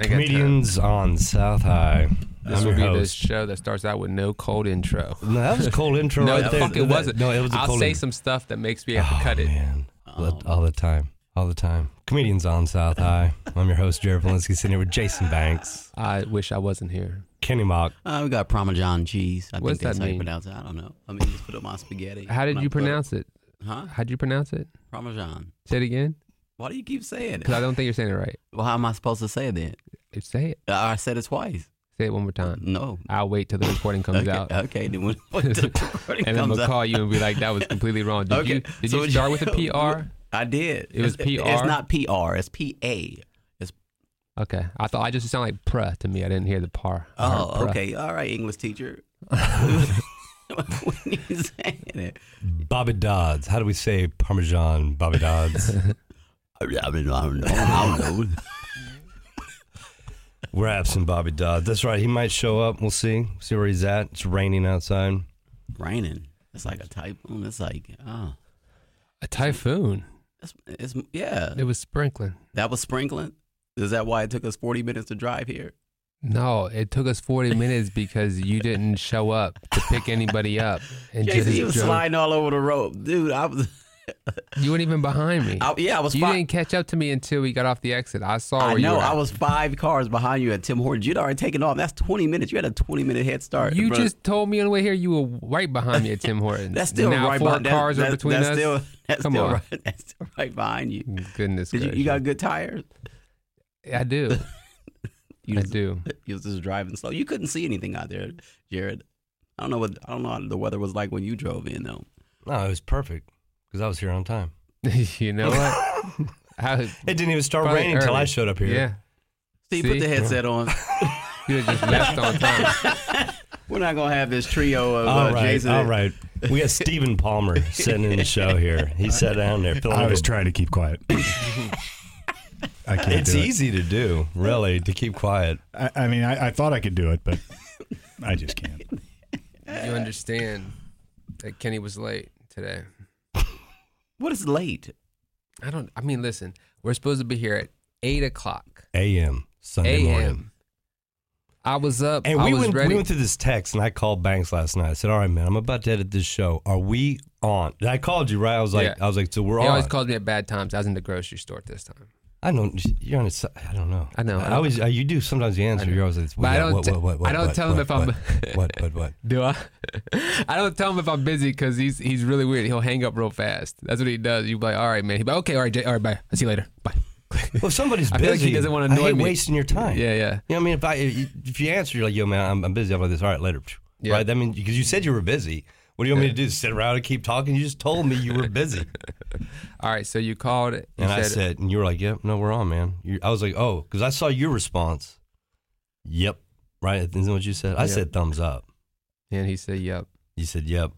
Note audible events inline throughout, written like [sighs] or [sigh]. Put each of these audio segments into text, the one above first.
I got time. Comedians on South High. This I'm will your be the host. show that starts out with no cold intro. No, that was [laughs] a cold intro. No, right the there. fuck it That- wasn't. No, it was a I'll cold say intro. Oh, some stuff that makes me have to cut it. Oh. Man, Let- all the time, all the time. Comedians [laughs] on South High. I'm your host Jared Valinsky, sitting here with Jason Banks, I wish I wasn't here. Kenny Mock. Uh, we got Parmesan cheese. I What does think that's that how mean? you pronounce it. I don't know. I mean, just put it on my spaghetti. How did When I you put it- pronounce it? Huh? How'd you pronounce it? Parmesan. Say it again. Why do you keep saying Because I it? don't think you're saying it right. Well, how am I supposed to say it then? Say it. Uh, I said it twice. Say it one more time. No. I'll wait till the recording comes okay. [laughs] out. Okay. Then when when the [laughs] recording And I'm comes gonna out, call you and be like, "That was completely wrong." Did Okay, you did so you would start you- with a PR? I did. It was It's- PR? It's not PR. It's PA. It's Okay, I thought I just sound like "pruh" to me. I didn't hear the par. I heard oh, "pruh." okay. All right, [laughs] English teacher. when you saying it, Bobby Dodds. How do we say Parmesan? [laughs] Bobby Dodds. I mean, I don't know. I don't know. We're absent Bobby Dodds. That's right. He might show up. We'll see. See where he's at. It's raining outside. Raining. It's like a typhoon. It's like oh, A typhoon. it's, it's yeah. It was sprinkling. That was sprinkling. Is that why it took us 40 minutes to drive here? No, it took us 40 minutes because you didn't show up to pick anybody up. And Jason, just you was drove. sliding all over the road, dude. I was, You weren't even behind me. I, yeah, I was. you fi- didn't catch up to me until we got off the exit. I saw I where you know. were. I at. was five cars behind you at Tim Hortons. You'd already taken off. That's 20 minutes. You had a 20 minute head start. You Bruh, just told me on the way here you were right behind me at Tim Hortons. that's still now right four behind. that- cars that, are between that's us. Still, [laughs] that's Come still on. Right, that's still right behind you. Goodness Did you, you got good tires? gracious. I do. You I was, do. [laughs] You was just driving slow. You couldn't see anything out there, Jared. I don't know what I don't know how the weather was like when you drove in though. No, it was perfect because I was here on time. you know what? How, It didn't even start Probably raining until early. I showed up here. yeah. Steve, See? put [laughs] the headset on. You would've just left on time. [laughs] We're not gonna have this trio of All uh, right, Jason. all right. We got Stephen Palmer sitting in the show here. He sat down there. Feeling I like was a- trying to [laughs] keep quiet. I can't It's do easy to do, really, to keep quiet. it. I, I mean, I, I thought I could do it, but I [laughs] just can't. You understand that Kenny was late today. What is late? I don't. I mean, listen. We're supposed to be here at eight o'clock A.M. Sunday morning. a.m. I was up. And I we was went, ready. we went through this text, and I called Banks last night. I said, "All right, man, I'm about to edit this show. Are we on?" And I called you, right? I was like, Yeah. "I was like, so we're he on." always calls me at bad times. I was in the grocery store at this time. I don't. You're on. A, si- I don't know. I know. I always. uh, You do sometimes. You I answer. know. You're always like, But I yeah, don't What, te- what, what, I don't what, tell him what, if I'm- What, what? What? What? Do I? [laughs] I don't tell him if I'm busy because he's he's really weird. He'll hang up real fast. That's what he does. You be like, all right, man. He be like, okay, all right, Jay, all right, bye. I'll see you later. Bye. [laughs] Well, if somebody's I busy. feel like he doesn't wanna I annoy hate me. wasting your time. Yeah, yeah. You know what I mean? If I if you answer, you're like, "Yo, man, I'm, I'm busy. I'm like this. All right, later." Yeah. Right. That means because you said you were busy. What do you want me to do? Sit around and keep talking? You just told me you [laughs] were busy. All right. So you called. You And I said- said, and you were like, "Yep, no, we're on, man." You, I was like, "Oh," because I saw your response. Yep, right. Isn't that what you said? I Yep. said thumbs up. and he said, "Yep." You said yep,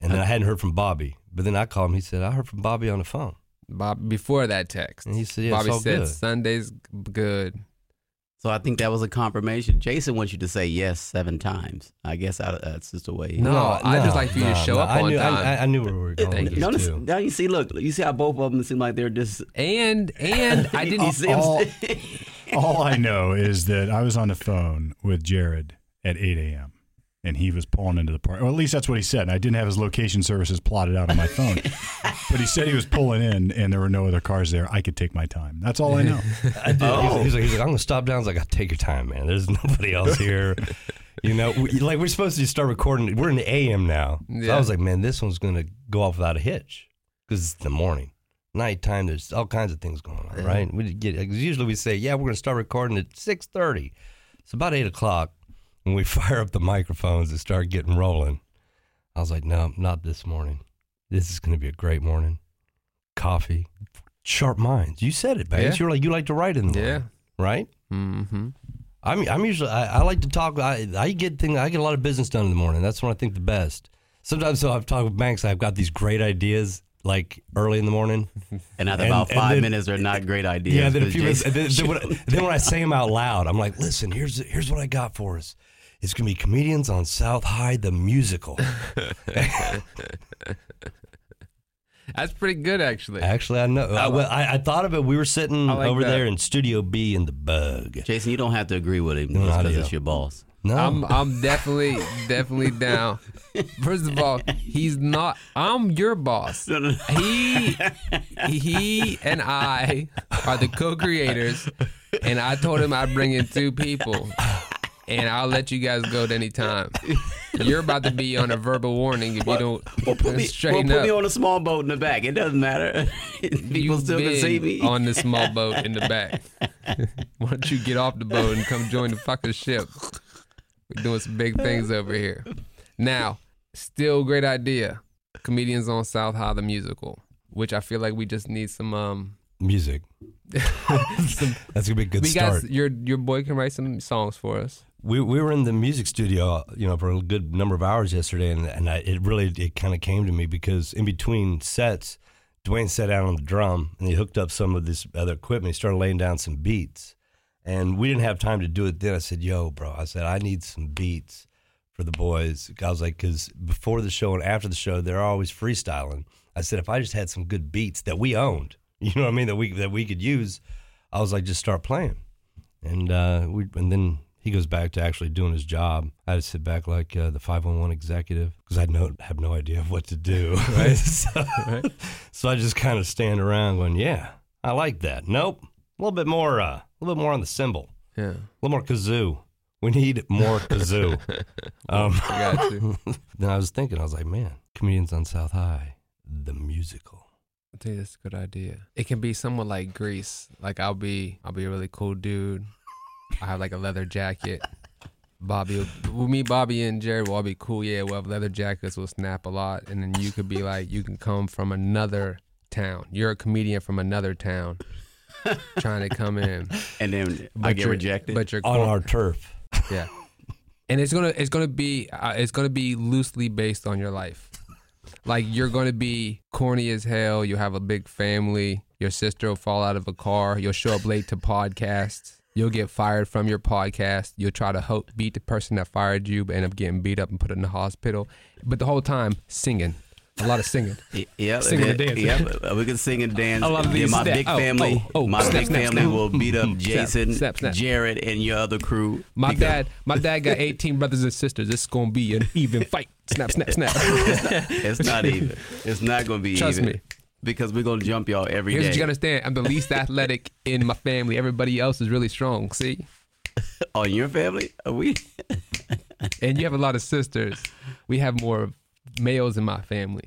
and then I hadn't heard from Bobby. But then I called him. He said, "I heard from Bobby on the phone." Bob before that text. And he said, yeah, it's Bobby all said good. Sunday's g- good. So I think that was a confirmation. Jason wants you to say yes seven times. I guess I, that's just the way. No, I just like for you to show up I on knew, I- time. I, I knew where we were going. Thank with you. this, Notice, too. now you see, look, you see how both of them seem like they're just. And and [laughs] I didn't you see him- all- [laughs] All I know is that I was on the phone with Jared at 8 a.m. and he was pulling into the park. Or at least that's what he said. And I didn't have his location services plotted out on [laughs] my phone, but he said he was pulling in and there were no other cars there. I could take my time. That's all I [laughs] know. I did. He, was, he was like, he was like, "I'm gonna stop down." I was like, "I'll take your time, man. There's [laughs] nobody else here." You know, we, like we're supposed to start recording. We're in the AM now. So Yeah. I was like, "Man, this one's gonna go off without a hitch because it's the morning." Nighttime, there's all kinds of things going on, right? We didn't get 'cause usually we say, "Yeah, we're gonna start recording at 6.30. It's about eight o'clock when we [laughs] fire up the microphones and start getting rolling. I was like, "No, not this morning. This is gonna be a great morning. Coffee, sharp minds. You said it, Banks. Yeah. You were like, you like to write in the Yeah. morning, right? Mm-hmm. I'm I'm usually I, I like to talk. I, I get things. I get a lot of business done in the morning. That's when I think the best. Sometimes so I've talked with banks. I've got these great ideas like early in the morning. And after And- about and five then- minutes, are not great ideas. yeah. Then a 'cause few minutes, then, then Jason- when [laughs] I, then when I say them out loud, I'm like, listen, here's here's what I got for us. It's gonna be comedians on South High the musical. That's pretty good, actually. Actually, I know. I, well, I, I thought of it. We were sitting Uh-huh. I like over that. there in Studio B in the bug. Jason, you don't have to agree with him just because audio. it's your [laughs] boss. No, I'm I'm definitely definitely down. First of all, he's not. I'm your boss. No, no, no. He he and I are the co-creators, and I told him I'd bring in two people, and I'll let you guys go at any time. You're about to be on a verbal warning if you don't Well, put me, well, straighten put me up. on a small boat in the back. It doesn't matter. [laughs] People You've still can been see me. [laughs] on the small boat in the back. Why don't you get off the boat and come join the fucking ship? We're doing some big things over here. Now, still great idea. Comedians on South High the musical, which I feel like we just need some. Um, music. [laughs] That's gonna be a good we start. guys, your your boy can write some songs for us. we we were in the music studio, you know, for a good number of hours yesterday, and and I, it really it kind of came to me because in between sets, Dwayne sat down on the drum and he hooked up some of this other equipment. He started laying down some beats, and we didn't have time to do it then. I said, "Yo, bro," I said, "I need some beats for the boys." I was like, "Cause before the show and after the show, they're always freestyling." I said, "If I just had some good beats that we owned, [laughs] you know what I mean, that we that we could use," I was like, "Just start playing." and uh, we and then he goes back to actually doing his job. I just sit back like uh, the five one one executive because I know have no idea of what to do, [laughs] right? so, so I just kind of stand around going, "Yeah, I like that." Nope, a little bit more, uh, a little bit more on the cymbal, Yeah, a little more kazoo. We need more [laughs] kazoo. um, I got you. then I was thinking, I was like, "Man, comedians on South High, the musical." I think that's a good idea. It can be somewhat like Grease. Like I'll be, I'll be a really cool dude. I have like a leather jacket. Bobby, will, me, Bobby, and Jerry will all be cool. Yeah, we'll have leather jackets. We'll snap a lot, and then you could be like, you can come from another town. You're a comedian from another town, trying to come in. and then I get you're- rejected. But you're on cool. our turf. yeah. And it's gonna, it's gonna be, uh, it's gonna be loosely based on your life. Like you're gonna be corny as hell. You have a big family. Your sister will fall out of a car. You'll show up late to podcasts. You'll get fired from your podcast. You'll try to help beat the person that fired you, but end up getting beat up and put in the hospital. But the whole time singing, a lot of singing. Y- yeah, Sing and yeah, dance. yeah, uh, we can sing and dance. I love Then these my snap- big oh, family, oh, oh, my snap, big snap, [laughs] family snap. will beat up Jason, snap, snap. Jared, and your other crew. My because- dad, my dad got 18 brothers and sisters. This is gonna be an even fight. Snap, snap, snap. It's [laughs] not even. It's not going to be Trust even. me. Because we're going to jump y'all every day. Here's what you gotta understand. I'm the [laughs] least athletic in my family. Everybody else is really strong. See, On your family? Are we? and you have a lot of sisters. We have more males in my family.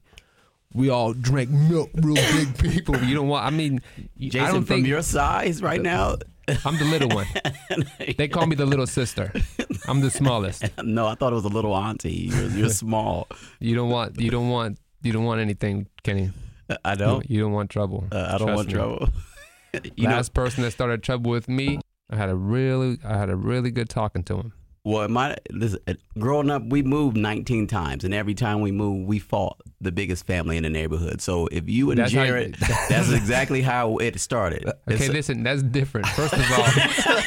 We all drink milk, real big people. You don't want. I mean, you- I Jason, don't from think your size right now? I'm the little [laughs] one. They call me the little sister. I'm the smallest. No, I thought it was a little auntie. You're, [laughs] you're small. You don't want. You don't want. You don't want anything, Kenny. I don't. You don't want trouble. Oh. Uh, I don't Trust want me. trouble. [laughs] you know, Last person that started trouble with me, I had a really, I had a really good talking to him. well, my listen, uh, growing up, we moved 19 times, and every time we moved, we fought the biggest family in the neighborhood. So if you [laughs] and That's how you- Jared, that's exactly how it started. Okay, It's- listen, that's different. First of [laughs] all.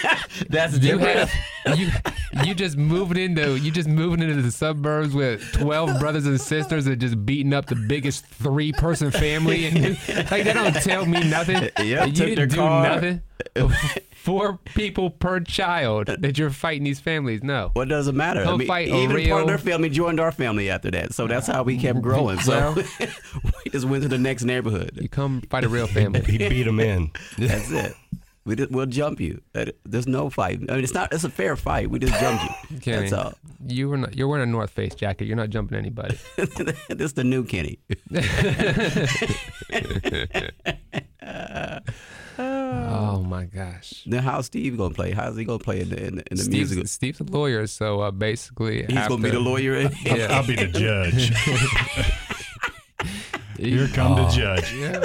that's You different. have you [laughs] you just moving into you just moving into the suburbs with twelve brothers and sisters and just beating up the biggest three person family and like they don't tell me [laughs] nothing. Yeah, you took didn't their do car. [laughs] nothing. Four people per child that you're fighting these families. No. What does it matter? I Don't mean, fight even part Oreo. of their family joined our family after that. So that's how we kept growing. So [laughs] we just went to the next neighborhood. You come fight a real [laughs] family. He beat him [laughs] in. That's it. We just, we'll jump you. That- There's no fight. I mean, it's not. It's a fair fight. We just jump you. Kenny, That's all. [laughs] You were not, you're wearing a North Face jacket. You're not jumping anybody. this is the new Kenny. Oh my gosh. Then how's Steve gonna play? How's he gonna play in the in, the- in the Steve's, musical? Steve's a lawyer, so uh, basically He's gonna be the lawyer. In, [laughs] Yeah. I'll be [laughs] the judge. [laughs] Here come the judge. Yeah.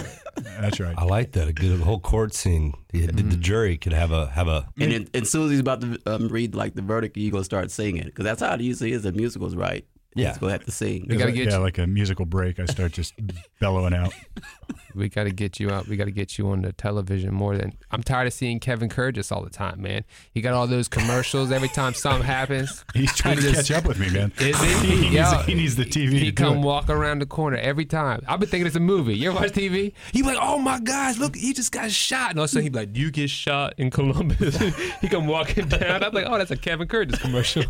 That's right. I like that. A good whole court scene. Yeah, the, the jury could have a have a. and then, and Susie's about to um, read like the verdict. You gonna start singing because that's how it usually is in musicals, right? Yeah. Just gonna have to sing. We gotta Yeah, get yeah, you. like a musical break. I start [laughs] just bellowing out. We got to get you out. We got to get you on the television more than I'm tired of seeing Kevin Curtis all the time, man. He got all those commercials every time something happens. He's trying to catch up with me, man. Is he? He Yo, needs, he needs the TV He to come do it. walk around the corner every time. I've been thinking it's a movie. You ever watch TV? He be like, oh my gosh, look, he just got shot. And all of a sudden he be like, you get shot in Columbus. [laughs] he come walking down. I'm like, oh, that's a Kevin Curtis commercial.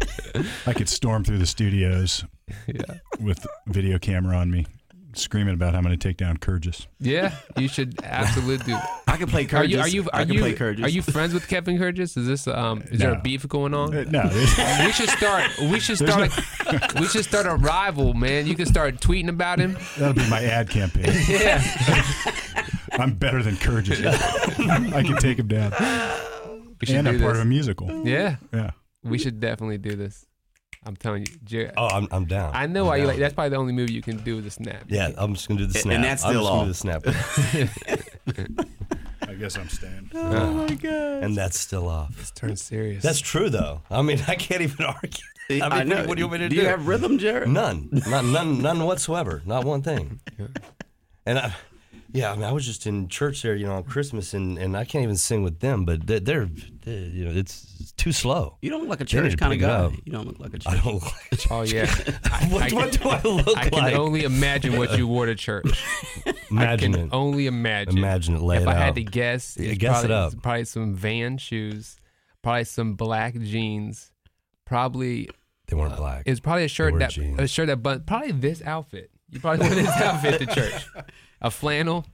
I could storm through the studios yeah. with video camera on me, screaming about how I'm going to take down Curtis. Yeah, you should absolutely do. I can play Are Curtis. you are you are I can you play Curtis. are you friends with Kevin Curtis? Is this um is there a No. beef going on? Uh, No, it- [laughs] We should start. We should start. a, we should start a rival, man. You can start tweeting about him. that'll be my ad campaign. Yeah, [laughs] I'm better than Curtis. I can take him down. we should And do I'm part of a this. musical. Yeah, Yeah. we should definitely do this. I'm telling you, Jer- Oh, I'm, I'm down. I know why you like. That's probably the only movie you can do with a snap. Yeah, I'm just gonna do the And- snap. and that's I'm still just all. gonna do the [laughs] snap, I guess I'm staying. Oh my god. and that's still off. It's turned serious. That's true though. I mean, I can't even [laughs] argue. I mean, what do you- what do you want me to do? Do you have rhythm, Jared? None, not none, none whatsoever. Not one thing. And I, yeah, I mean, I was just in church there, you know, on Christmas, and, and I can't even sing with them, but they're, they're, they're you know, it's too slow. You don't look like a They need to church kind of pick it guy. up. You don't look like a church. I don't. [laughs] Look like oh yeah. a, what, I what can- do I look I can like? only imagine what you [laughs] wore to church. imagine I can it. only imagine. Imagine it. Lay if it I out. had to guess, Yeah, it's guess it probably, up. it's probably some van shoes, probably some black jeans, probably they weren't black. It's probably a shirt wore that jeans. a shirt that but probably this outfit. You probably wore this outfit to [laughs] church. A flannel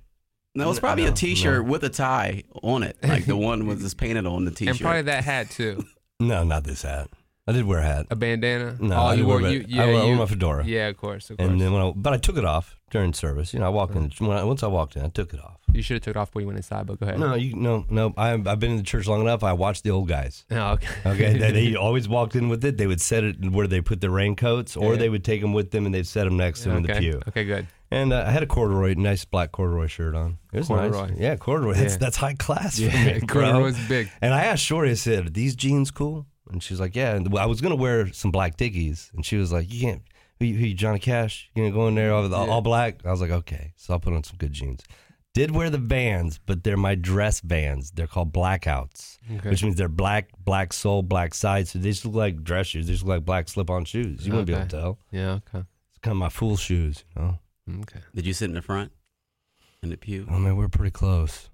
No, it's probably a T-shirt with a tie on it, like [laughs] the one was just painted on the T-shirt. and probably that hat too. no, not this hat. I did wear a hat. A bandana. [laughs] No, Oh, I you didn't wore wear you that. yeah I wore- I you, wore my fedora. Yeah, of course, of course. And then when I, but I took it off during service. You know, I walked in. When I, once I walked in, I took it off. you should have took it off before you went inside, but go ahead. [laughs] No, you no no. I, I've been in the church long enough. I watched the old guys. Oh, okay. [laughs] Okay, [laughs] they, they always walked in with it. They would set it where they put their raincoats, or Yeah. they would take them with them and they'd set them next to them okay. in the pew. Okay, good. And uh, I had a corduroy, nice black corduroy shirt on. It was Corduroy. nice. Yeah, corduroy. That's Yeah. that's high class for Yeah, [laughs] me. bro. corduroy's big. And I asked Shorty. I said, "Are these jeans cool?" And she's like, "Yeah." And I was gonna wear some black dickies, and she was like, "You can't." Who you, who you Johnny Cash? You gonna go in there all, all black? I was like, okay. So I'll put on some good jeans. Did wear the Vans, but they're my dress Vans. They're called blackouts, which means they're black, black sole, black side. So they just look like dress shoes. They just look like black slip-on shoes. You wouldn't be able Okay. to tell. Yeah, okay. It's kind of my fool shoes, you know. Okay. Did you sit in the front in the pew? [laughs] Oh man, we're pretty close.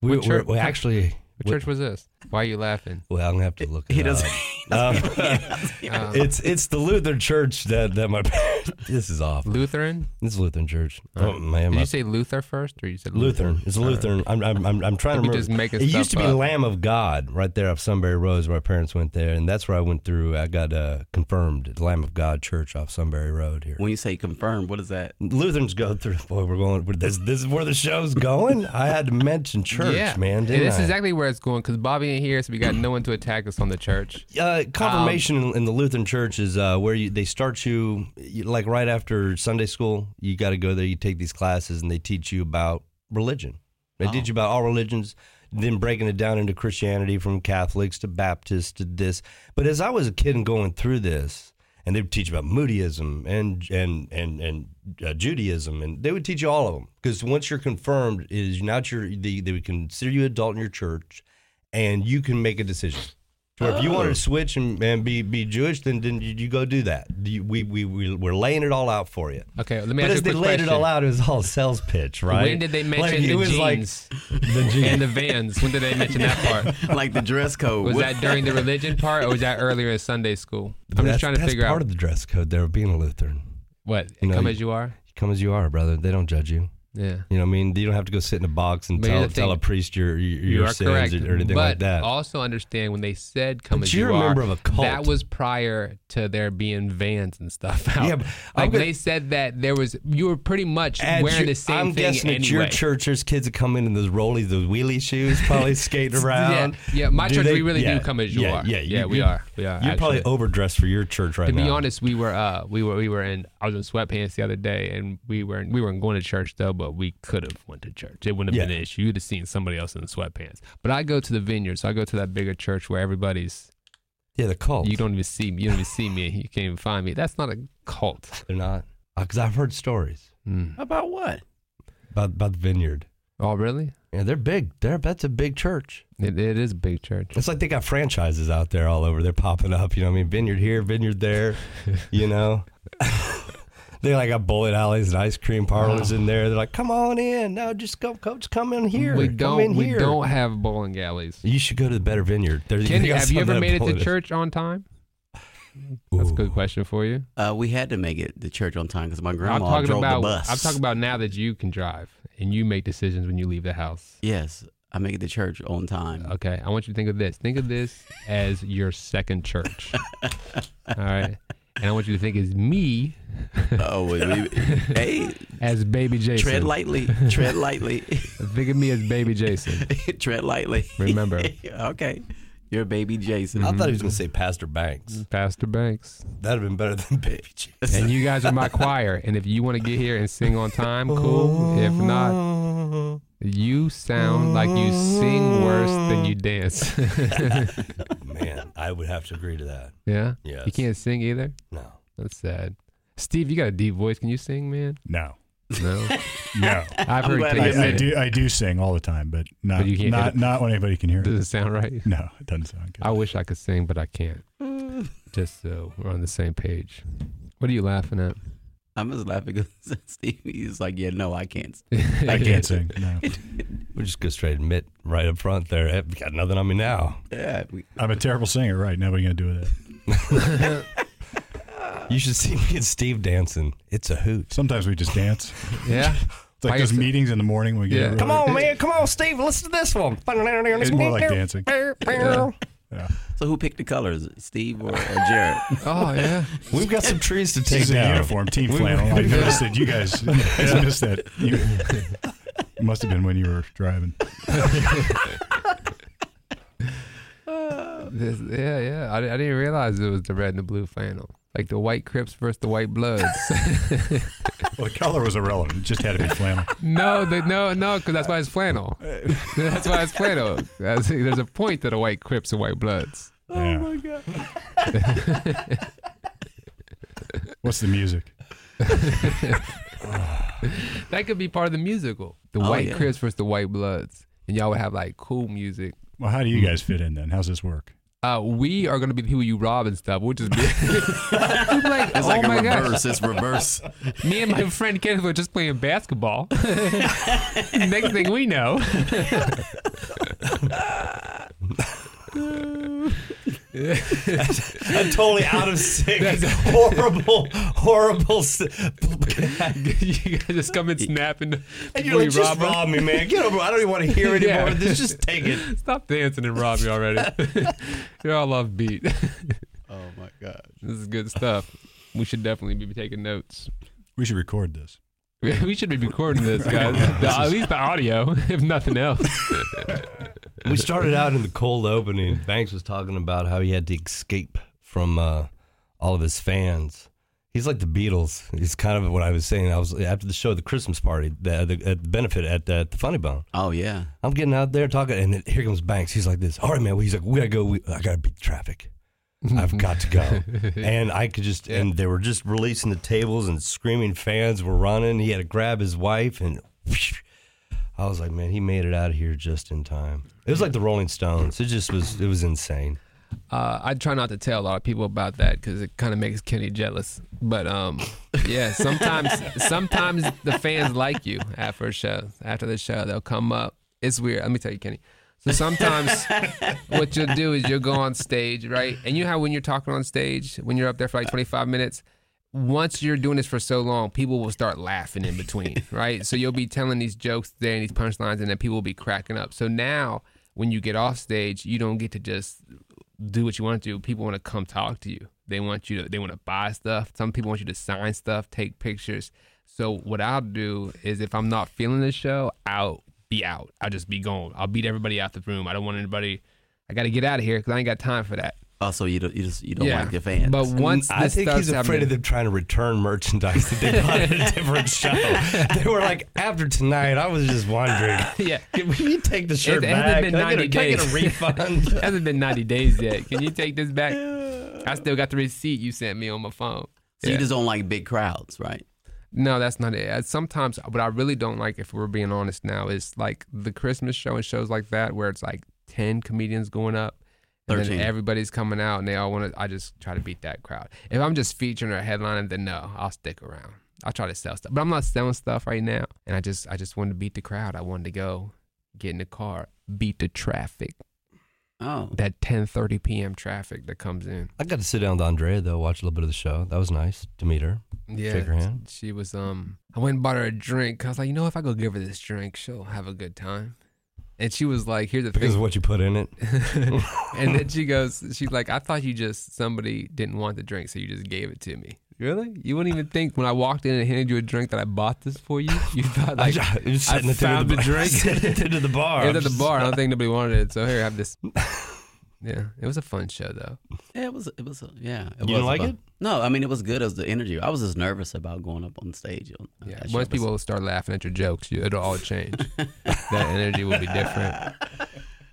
We, What we're, church- we actually. What church was this? Why are you laughing? Well, I'm gonna have to look. It He doesn't. [laughs] up. [laughs] Um, Uh, it's it's the Lutheran church that that my parents. [laughs] This is off. Lutheran? This is Lutheran church. All Oh right. man, Did my- you say Luther first or you said Lutheran. It's All right. Lutheran. I'm I'm I'm, I'm trying to Let me remember. just make it it stuff used to be up. Lamb of God right there off Sunbury Road. Where my parents went there, and that's where I went through. I got uh, confirmed at Lamb of God Church off Sunbury Road here. When you say confirmed, what is that? [laughs] Lutherans go through. Boy, we're going. This this is where the show's going. I had to mention church, man. And Didn't this I? is exactly where it's going because Bobby ain't here, so we got no one to attack us on the church. Uh, confirmation in, in the Lutheran Church is uh, where you, they start you, you like right after Sunday school. You got to go there. You take these classes, and they teach you about religion. They teach you about all religions, then breaking it down into Christianity from Catholics to Baptists to this. But as I was a kid and going through this, and they would teach about Moodyism and and and and uh, Judaism, and they would teach you all of them because once you're confirmed, is not your they, they would consider you adult in your church, and you can make a decision. So if you wanted Oh. to switch and, and be, be Jewish, then then you, you go do that. You- we we we we're laying it all out for you. Okay, let me ask But as you they a quick laid question. it all out, it was all [laughs] sales pitch, right? When did they Like, mention it the was like- jeans and the vans? When did they mention that [laughs] part? Like the dress code. Was What- that during the [laughs] religion part, or was that earlier in Sunday school? I'm That's- just trying to that's figure part out of the dress code there of being a Lutheran. what you know, come you- as you are. You come as you are, brother. They don't judge you. Yeah, You know what I mean? You don't have to go sit in a box and But here's tell, the tell thing. a priest your your, you your are sins correct, or anything but like that. also understand when they said "come But as you're you a are," member of a cult. that was prior to there being vans and stuff [laughs] out. Yeah, but I'm like gonna- they said that there was you were pretty much At wearing your- the same I'm thing guessing anyway. at your church, there's kids that come in in those rollies, those wheelie shoes, probably skating around. [laughs] Yeah, yeah, my Do church, they- we really do yeah, come as you yeah, are. Yeah, Yeah, you- we you- are. We are, You're probably actually. overdressed for your church right To now. be honest, we were uh we were we were in I was in sweatpants the other day and we weren't we weren't going to church though, but we could have went to church. It wouldn't have been Yeah. an issue. You'd have seen somebody else in sweatpants. But I go to the vineyard, so I go to that bigger church where everybody's Yeah, the cult. You don't even see me. You don't even see me. You can't even find me. That's not a cult. They're not. Because I've heard stories Mm. About what? about about the vineyard. Oh, really? Yeah, they're big. They're that's a big church. It, it is a big church. It's like they got franchises out there all over. They're popping up. You know, what I mean, vineyard here, vineyard [laughs] there. you know, [laughs] they like got bowling alleys and ice cream parlors in there. They're like, come on in. No, just go, go just come in here. we Come don't. in we here." don't have bowling alleys. You should go to the Better Vineyard. There, Can, they got have you something ever at made it to Politis. church on time? That's a Ooh. good question for you. Uh, we had to make it to church on time because my I'm grandma talking drove about. the bus. I'm talking about now that you can drive and you make decisions when you leave the house. Yes, I make it to church on time. Okay, I want you to think of this. Think of [laughs] this as your second church. All right, and I want you to think as me oh, [laughs] wait, wait, hey, as baby Jason. tread lightly, tread lightly, [laughs] Think of me as baby Jason. tread lightly. [laughs] Remember. okay, you're baby Jason. Mm. [laughs] I thought he was going to say Pastor Banks. Pastor Banks. That'd have been better than Baby Jesus. And you guys are my choir. And if you want to get here and sing on time, cool. If not, you sound like you sing worse than you dance. [laughs] [laughs] Man, I would have to agree to that. yeah? Yes. You can't sing either? No. That's sad. Steve, you got a deep voice. Can you sing, man? No, [laughs] No. no. I've heard glad Taylor I sing. I, I do I do sing all the time, but not But you can't- not not when anybody can hear Does it. it sound right? No, it doesn't sound good. I wish I could sing, but I can't. Just so we're on the same page. What are you laughing at? [laughs] I'm just laughing [laughs] because Stevie's like, yeah, no, I can't. [laughs] I can't sing. [laughs] No, We'll just go straight admit right up front there. Hey, got nothing on me now. Yeah, we, I'm a terrible singer. Right? Nobody gonna do that. You should see me and Steve dancing. It's a hoot. Sometimes we just dance. Yeah. It's like I those guess- meetings in the morning. when We get Yeah. really- Come on, man. Come on, Steve. Listen to this one. It's more like dancing. so who picked the colors, Steve or uh, [laughs] Jared? Oh, yeah. We've got some trees to take He's in down. uniform, team flannel. I noticed that you guys [laughs] I missed that. You, it must have been when you [laughs] were driving. This, yeah, yeah. I, I didn't realize it was the red and the blue flannel. Like the white Crips versus the white Bloods. [laughs] Well, the color was irrelevant. It just had to be [laughs] flannel. no, the, no, no, because that's why it's [laughs] flannel. That's why it's flannel. That's- there's a point to the white Crips and white Bloods. Yeah. god. What's the music? That could be part of the musical. The Oh, white yeah. Crips versus the white Bloods. And y'all would have like cool music. Well, how do you guys fit in then? How's this work? Uh, we are going to be the people you rob and stuff. We'll just [laughs] be We'll be [laughs] like, It's oh like my a gosh. reverse. It's [laughs] reverse. Me and my friend Kenneth were just playing basketball. [laughs] Next thing we know. [laughs] I'm totally out of sync. [laughs] horrible, horrible. s- you guys just come and snap and And before you're like, you just rob us. rob me, man. Get over. I don't even want to hear Yeah. anymore. This, just take it. Stop dancing and rob me already. [laughs] you're all off beat. Oh my god. this is good stuff. We should definitely be taking notes. [laughs] We should record this. We should be recording this, guys. The- at least the audio, [laughs] if nothing else. We started out in the cold opening. Banks was talking about how he had to escape from uh, all of his fans. He's like the Beatles. He's kind of what I was saying. I was after the show, the Christmas party, the, the, at the benefit at the, at the Funny Bone. Oh yeah. I'm getting out there talking, and then here comes Banks. He's like this. All right, man. Well, he's like, we gotta go. We, I gotta beat the traffic. I've got to go. [laughs] and I could just, and they were just releasing the tables and screaming fans were running. He had to grab his wife and I was like, man, he made it out of here just in time. It was like the Rolling Stones. It just was, it was insane. Uh, I try not to tell a lot of people about that because it kind of makes Kenny jealous. But um, yeah, sometimes sometimes the fans like you after a show. After the show, they'll come up. It's weird. Let me tell you, Kenny. So sometimes what you'll do is you'll go on stage, right? And you know how when you're talking on stage, when you're up there for like 25 minutes, once you're doing this for so long, people will start laughing in between, right? So you'll be telling these jokes there and these punchlines, and then people will be cracking up. So now when you get off stage, you don't get to just do what you want to do. People want to come talk to you. They want you to they want to buy stuff. Some people want you to sign stuff, take pictures. So what I'll do is if I'm not feeling the show, I'll be out. I'll just be gone. I'll beat everybody out the room. I don't want anybody I got to get out of here cuz I ain't got time for that. Oh, so you don't you just you don't Yeah. like your fans. But once Mm, I this think starts he's afraid happening, of them trying to return merchandise that they bought at [laughs] a different show. They were like, after tonight, I was [laughs] just wondering, yeah. can we take the shirt It hasn't back? been Can I 90 get a- can I days. get a refund? It hasn't been 90 days yet. Can you take this [laughs] back? I still got the receipt you sent me on my phone. so Yeah. you just don't like big crowds, right? No, that's not it. Uh, Sometimes what I really don't like, if we're being honest now, is like the Christmas show and shows like that where it's like ten comedians going up, and then 13. everybody's coming out and they all want to. I just try to beat that crowd. If I'm just featuring or headlining, then no, I'll stick around. I'll try to sell stuff, but I'm not selling stuff right now. And I just, I just wanted to beat the crowd. I wanted to go get in the car, beat the traffic, Oh, that 10:30 p.m. traffic that comes in. I got to sit down with Andrea, though, watch a little bit of the show. That was nice to meet her. Yeah, Shake her hand. she was. Um, I went and bought her a drink. 'cause I was like, you know, if I go give her this drink, she'll have a good time. And she was like, here's the Because of thing. what you put in it. [laughs] and then she goes, she's like, I thought you just somebody didn't want the drink, so you just gave it to me. Really? You wouldn't even think when I walked in and handed you a drink that I bought this for you. You thought like. [laughs] I, it was I sitting at the found end of the the [laughs] bar. drink. Sitting at the end of the bar. It I'm was at the just- bar. I [laughs] don't think nobody wanted it. So here, have this. Yeah, it was a fun show though. yeah, it was it was a, yeah. It You was didn't like fun. it? No, I mean it was good as the energy. I was just nervous about going up on stage. on- on Yeah. that show, Once but- people start laughing at your jokes, you, it'll all [laughs] change. that energy will be different.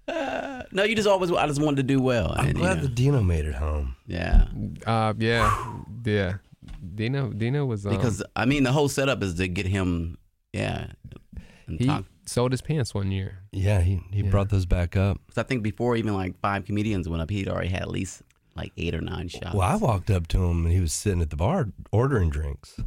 no, you just always. I just wanted to do well. I'm and, you glad know, the Dino made it home. yeah, Uh, yeah, yeah. Dino, Dino was um, because I mean the whole setup is to get him. Yeah, and he talk. sold his pants one year. Yeah, he, he Yeah. brought those back up. 'Cause I think before even like five comedians went up, he'd already had at least like eight or nine shots. Well, I walked up to him and he was sitting at the bar ordering drinks,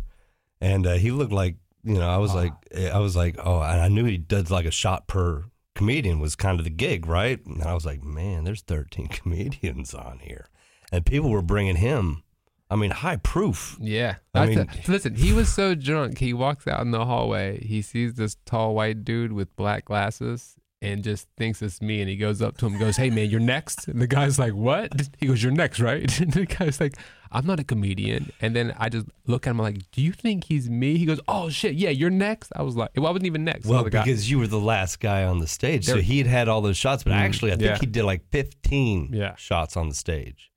and uh, he looked like you know I Ah. was like I was like oh and I knew he does like a shot per comedian was kind of the gig right, and I was like man there's 13 [laughs] comedians on here, and people were bringing him, I mean high proof. Yeah. I That's mean- a- listen, he was so drunk. He walks out in the hallway. He sees this tall white dude with black glasses and just thinks it's me. And he goes up to him and goes, Hey, man, you're next. And the guy's like, What? [laughs] He goes, You're next, right? [laughs] And the guy's like, I'm not a comedian. And then I just look at him I'm like, Do you think he's me? He goes, Oh, shit. Yeah, you're next. I was like, Well, I wasn't even next. Well, Another guy. because you were the last guy on the stage, so There- Mm, he had had all those shots. But actually, I think yeah. he did like 15 Yeah. shots on the stage.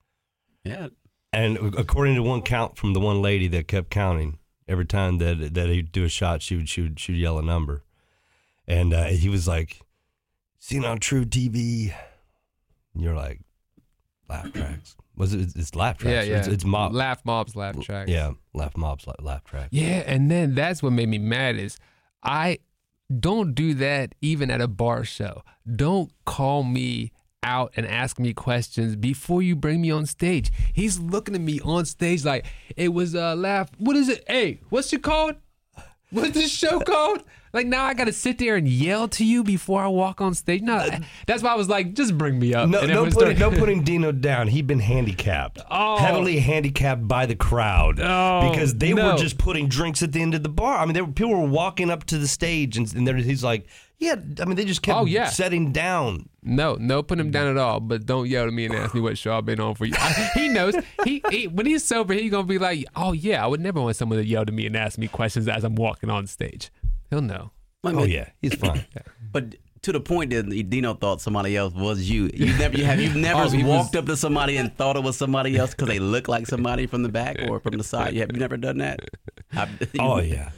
yeah, And according to one count from the one lady that kept counting every time that that he'd do a shot, she would she would, she would yell a number, and uh, he was like, "Seen on True TV." And you're like, "Laugh tracks." Was it? It's laugh yeah, tracks. yeah. It's, it's mob. Laugh mobs, laugh tracks. Yeah, laugh mobs. Laugh, laugh track. Yeah, and then that's what made me mad is I don't do that even at a bar show. Don't call me out and ask me questions before you bring me on stage. He's looking at me on stage like it was a laugh. What is it? Hey, what's it called? What's this [laughs] show called? Like now I gotta sit there and yell to you before I walk on stage. No, that's why I was like, just bring me up. No, Uh, And no everyone putting, no started- putting Dino down. He'd been handicapped, Oh. heavily handicapped by the crowd Oh, because they were no. just putting drinks at the end of the bar. I mean, they were, people were walking up to the stage, and, and there, he's like, "Yeah." I mean, they just kept Oh, yeah. setting down. No, no, put him down at all. But don't yell at me and ask me what show I've been on for you. I- he knows. He, he when he's sober, he's gonna be like, "Oh yeah, I would never want someone to yell at me and ask me questions as I'm walking on stage." He'll know. I mean, Oh yeah, he's [coughs] fine. But to the point that Dino thought somebody else was you. You never you have you've never Oh, he walked was- up to somebody and thought it was somebody else because they look like somebody from the back or from the side. You have you never done that? I've, [laughs] oh yeah,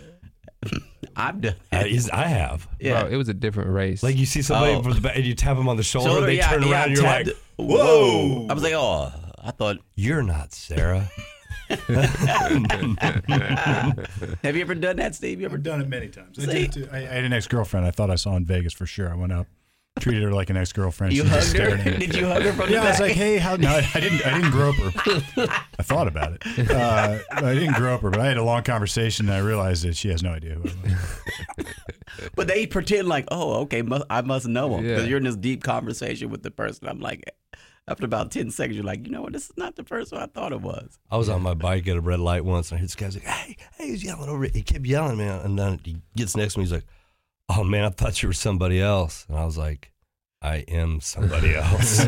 I've done. I, That. he's- I have. Yeah. Bro, it was a different race. Like you see somebody Oh. from the back, and you tap them on the shoulder, Shoulder, they yeah, turn yeah, around, and you're tapped like, it. "Whoa!" I was like, "Oh, I thought." "You're not Sarah." Have you ever done that, Steve? You ever I've done it many times. I, See? did too. I, I had an ex girlfriend. I thought I saw in Vegas for sure. I went up, treated her like an ex girlfriend. you she just hugged her? stared at me. Did you hug her from Yeah, the I was back? like, hey, [laughs] how? No, I I didn't. I didn't grope her. I thought about it. Uh, I didn't grope her, but I had a long conversation, and I realized that she has no idea who I was. but they pretend like, "Oh, okay, mu- I must know him," because Yeah. you're in this deep conversation with the person. I'm like, after about ten seconds, you're like, "You know what? This is not the person I thought it was." I was on my bike at a red light once, and I heard this guy's like, "Hey, hey!" He's yelling over. He kept yelling, man, and then he gets next to me. He's like, "Oh man, I thought you were somebody else," and I was like, "I am [laughs] somebody else."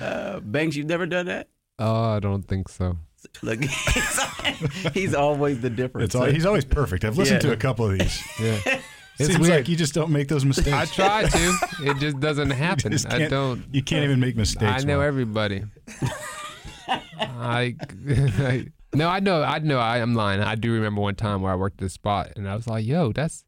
Uh, Banks, you've never done that. oh, I don't think so. Look, [laughs] he's, he's always the difference. It's all, he's always perfect. I've listened Yeah. to a couple of these. Yeah, It's Seems weird. like you just don't make those I [laughs] mistakes. try to. It just doesn't happen. just I can't- don't. You can't even make mistakes. I know Will. everybody. I, [laughs] I- no, I know, I know, I, I'm lying. I do remember one time where I worked this spot, and I was like, "Yo, that's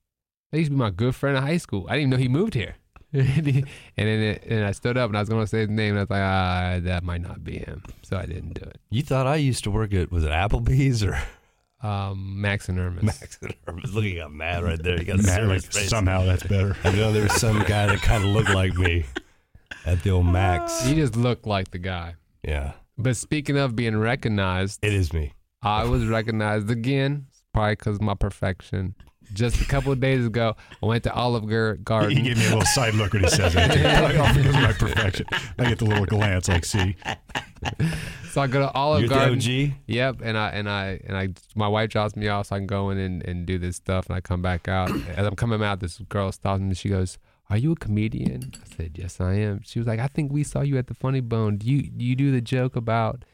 that used to be my good friend in high school. I didn't even know he moved here." [laughs] and then it, and I stood up and I was going to say his name, and I was like, "Ah, that might not be him," so I didn't do it. You thought I used to work at was it Applebee's or [laughs] Um, Max and Irmus. Max? I was looking at Matt right there. You got a Matt, serious like, face. somehow [laughs] that's better. I know there was some guy that kind of looked like me at the old Max. Ah. He just looked like the guy. Yeah, But speaking of being recognized, it is me. I was recognized again, probably because of my perfection. Just a couple of days ago, I went to Olive [laughs] Gar- Garden. He gave me a little side look when he [laughs] says that. Probably off because of my perfection. I get the little glance, like, see, So I go to Oh, Olive You're Garden. the OG. Yep, and I and I and I my wife drops me off, so I can go in and, and do this stuff, and I come back out. [coughs] As I'm coming out, this girl stops me. and She goes, "Are you a comedian?" I said, "Yes, I am." She was like, "I think we saw you at the Funny Bone. Do you you do the joke about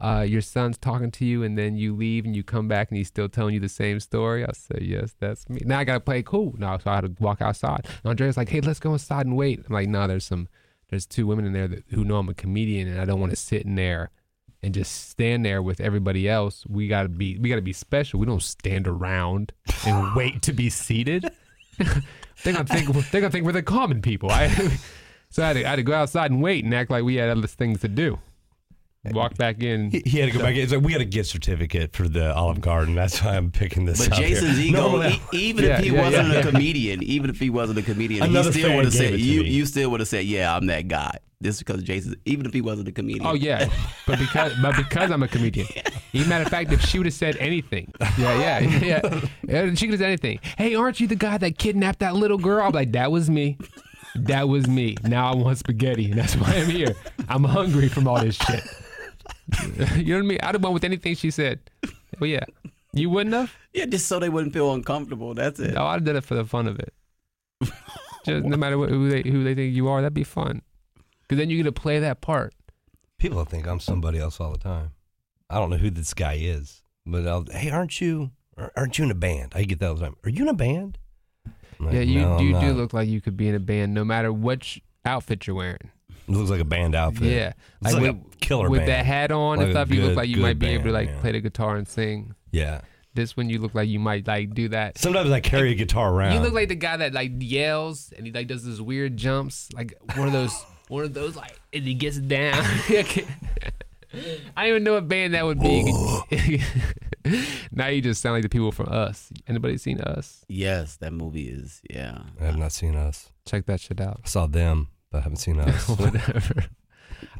uh, your son's talking to you, and then you leave, and you come back, and he's still telling you the same story?" I said, "Yes, that's me." Now I gotta play cool. Now so I had to walk outside. And Andrea's like, "Hey, let's go inside and wait." I'm like, "No, there's some." There's two women in there that, who know I'm a comedian, and I don't want to sit in there and just stand there with everybody else. We gotta be we gotta be special. We don't stand around and wait to be seated. [laughs] they're gonna think they're gonna think we're the common people. I, [laughs] so I had, to, I had to go outside and wait and act like we had other things to do. Walk back in. He, he had to go back. He's like, we got a gift certificate for the Olive Garden. That's why I'm picking this But up here." Jason's ego, Normally- e- even Yeah, if he yeah, wasn't yeah. a comedian, even if he wasn't a comedian, Another he still fan would have gave said, it to "You, me. you still would have said, yeah, I'm that guy." This is because Jason, even if he wasn't a comedian, Oh yeah, but because but because I'm a [laughs] comedian. Even matter of fact, if she would have said anything, yeah, yeah, [laughs] yeah, Yeah, she could have said anything. Hey, aren't you the guy that kidnapped that little girl? I'm like, that was me. That was me. Now I want spaghetti, and that's why I'm here. I'm hungry from all this shit. [laughs] you know what I mean? I'd have went with anything she said. But yeah, you wouldn't have. yeah, just so they wouldn't feel uncomfortable. That's it. No, I'd have done it for the fun [laughs] of it. Just no matter what, who they who they think you are, that'd be fun. Because then you get to play that part. People think I'm somebody else all the time. I don't know who this guy is, but I'll, hey, aren't you? ar- Aren't you in a band? I get that all the time. Are you in a band? I'm like, Yeah, you "No, I'm you do not." look like you could be in a band, no matter which outfit you're wearing. It looks like a band outfit. Yeah, It's like a killer with band. that hat on Like and a stuff, you good- look like you good might be able to band, like yeah. play the guitar and sing. yeah. This one, you look like you might like do that. Sometimes I carry a guitar around. You look like the guy that like yells and he like does those weird jumps, like one of those [laughs] one of those like and he gets down. [laughs] I don't even know what band that would be. [laughs] [laughs] now you just sound like the people from Us. Anybody seen Us? Yes, that movie is. Yeah, I have not seen us. Check that shit out. I saw them, but I [laughs] haven't seen [laughs] us. Whatever.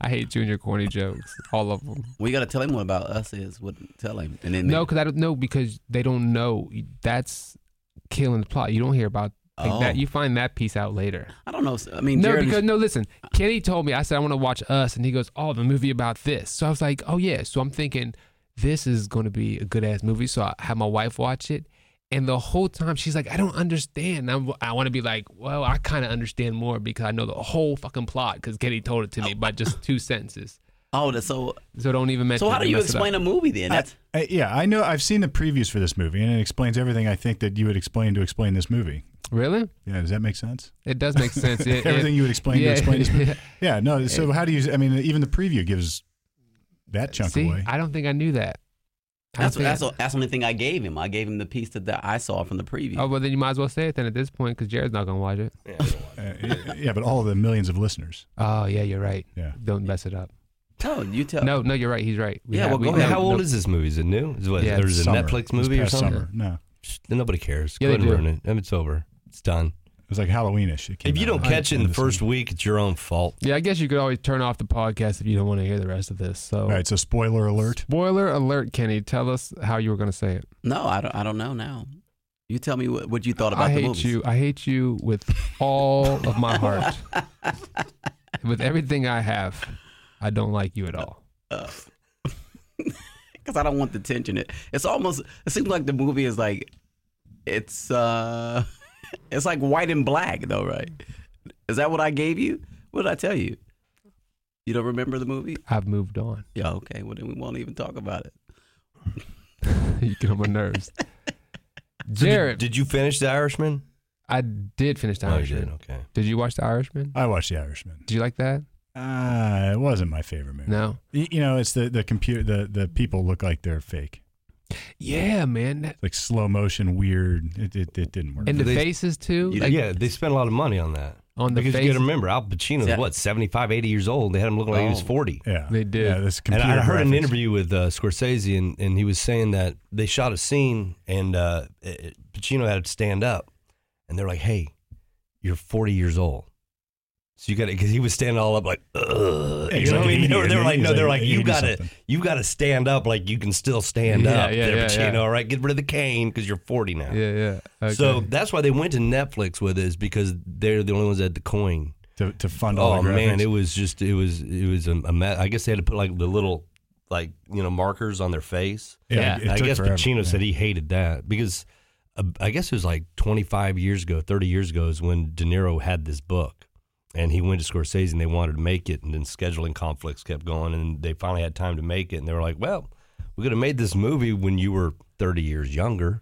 I hate junior corny jokes, all of them. we gotta tell him what about us is. What tell him, and then No, because I don't know because they don't know. That's killing the plot. You don't hear about like, Oh. that. You find that piece out later. I don't know. I mean, no, Jared- because no, listen. Kenny told me I said I want to watch Us, and he goes, "Oh, the movie about this." So I was like, "Oh yeah." So I'm thinking this is going to be a good ass movie. So I had my wife watch it, and the whole time she's like, "I don't understand." I'm, I want to be like, "Well, I kind of understand more because I know the whole fucking plot because Kenny told it to me by just two sentences." oh, that's so So don't even mention. so. How do you explain a movie then? That's I, yeah, I know. I've seen the previews for this movie, and it explains everything I think that you would explain to explain this movie. Really? Yeah, does that make sense? It does make sense. [laughs] It- it- everything you would explain yeah. to [laughs] explain this movie. Yeah, no. So how do you? I mean, even the preview gives that chunk See, away. I don't think I knew that. I that's don't that's think that's the only thing I gave him. I gave him the piece that, that I saw from the preview. I- oh well, then you might as well say it then at this point because Jared's not gonna watch it. Uh, yeah, but all the millions of listeners. Oh yeah, you're right. Yeah. Don't mess it up. No, you [laughs] tell. No, no, you're right. He's right. Yeah, well, go Well, ahead. How old is this movie? Is it new? Is, it what, Yeah, there's a Summer. Netflix This movie or past something? Summer. No, Psh, Nobody cares. Yeah, Go they ahead and do. ruin it. It's over. It's done. it was like Halloweenish. It came If you out don't right catch it in the first week, it's your own fault. Yeah, I guess you could always turn off the podcast if you don't want to hear the rest of this. So All right, so spoiler alert. spoiler alert, Kenny. Tell us how you were gonna say it. no, I don't. I don't know now. You tell me what, what you thought about I the hate movies. you. I hate you with all of [laughs] my heart. with everything I have, I don't like you at all. [laughs] because Uh, I don't want the tension. It, it's almost. It seems like the movie is like, it's uh, [laughs] it's like white and black though, right? Is that what I gave you? What did I tell you? You don't remember the movie? I've moved on. [laughs] Yeah, okay. Well, then we won't even talk about it. you get on my nerves. [laughs] So did- Jared, Did, you finish The Irishman? I did finish The Oh, you did. Irishman. Okay. Did you watch The Irishman? I watched The Irishman. Did you like that? Uh, it wasn't my favorite movie. No. Y- You know, it's the the computer. The the people look like they're fake. Yeah, man. That- It's like slow motion, weird. It it, it didn't work. And the They- faces too. You- Like yeah, they spent a lot of money on that. on the Because faces. you got to remember, Al Pacino's Yeah. what 75, 80 years old. They had him looking like he was Oh. forty. yeah, They did. Yeah, this And computer. I heard an graphics. interview with uh, Scorsese, and, and he was saying that they shot a scene, and uh, it- it- Pacino had to stand up, and they're like, "Hey, you're 40 years old." So you got to, because he was standing all up like, Ugh. Yeah, you he's know like what I mean? an They were, they idiot. were like, He's no, they're like, like, "You you do gotta, something." you gotta stand up like you can still stand Yeah, up, yeah, there, yeah, Pacino. yeah. All right, get rid of the cane because you're 40 now. Yeah, yeah. Okay. So that's why they went to Netflix with it, is because they're the only ones that had the coin. to, to fund all Oh the graphics. man, it was just it was it was a, a mess. I guess they had to put like the little like you know markers on their face. Yeah. it- it And I took guess forever. Pacino Yeah. said he hated that because uh, I guess it was like 25 years ago, 30 years ago is when De Niro had this book, and he went to Scorsese and they wanted to make it, and then scheduling conflicts kept going, and they finally had time to make it, and they were like, well, we could have made this movie when you were 30 years younger.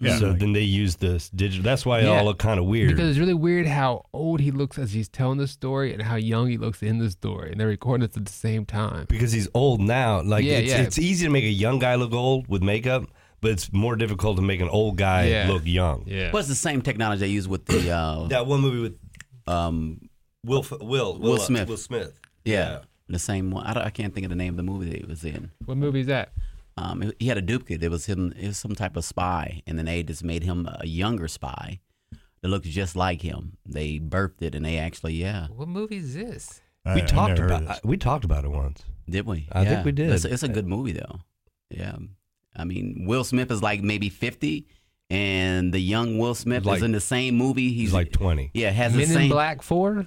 Yeah. so then they used this digital. That's why it Yeah. all looked kind of weird. because it's really weird how old he looks as he's telling the story and how young he looks in the story, and they're recording it at the same time. because he's old now. Like Yeah, it's, yeah. it's easy to make a young guy look old with makeup, but it's more difficult to make an old guy Yeah. look young. Yeah. What's the same technology they use with the uh, That one movie with um Will F- Will Will, uh, Smith. Will Smith. yeah, the same one? I, don't- I can't think of the name of the movie that he was in. What movie is that? Um, he- he had a duplicate. It was him. It was some type of spy, and then they just made him a younger spy that looked just like him. They birthed it, and they actually, yeah, What movie is this? I- we I talked never heard about of this. I- we talked about it once. did we? I think Yeah. we did. It's, it's a good movie though. Yeah, I mean, Will Smith is like maybe fifty, and the young Will Smith Like- is in the same movie. He's, He's like twenty. yeah, has the Men in same. Black [laughs] Four.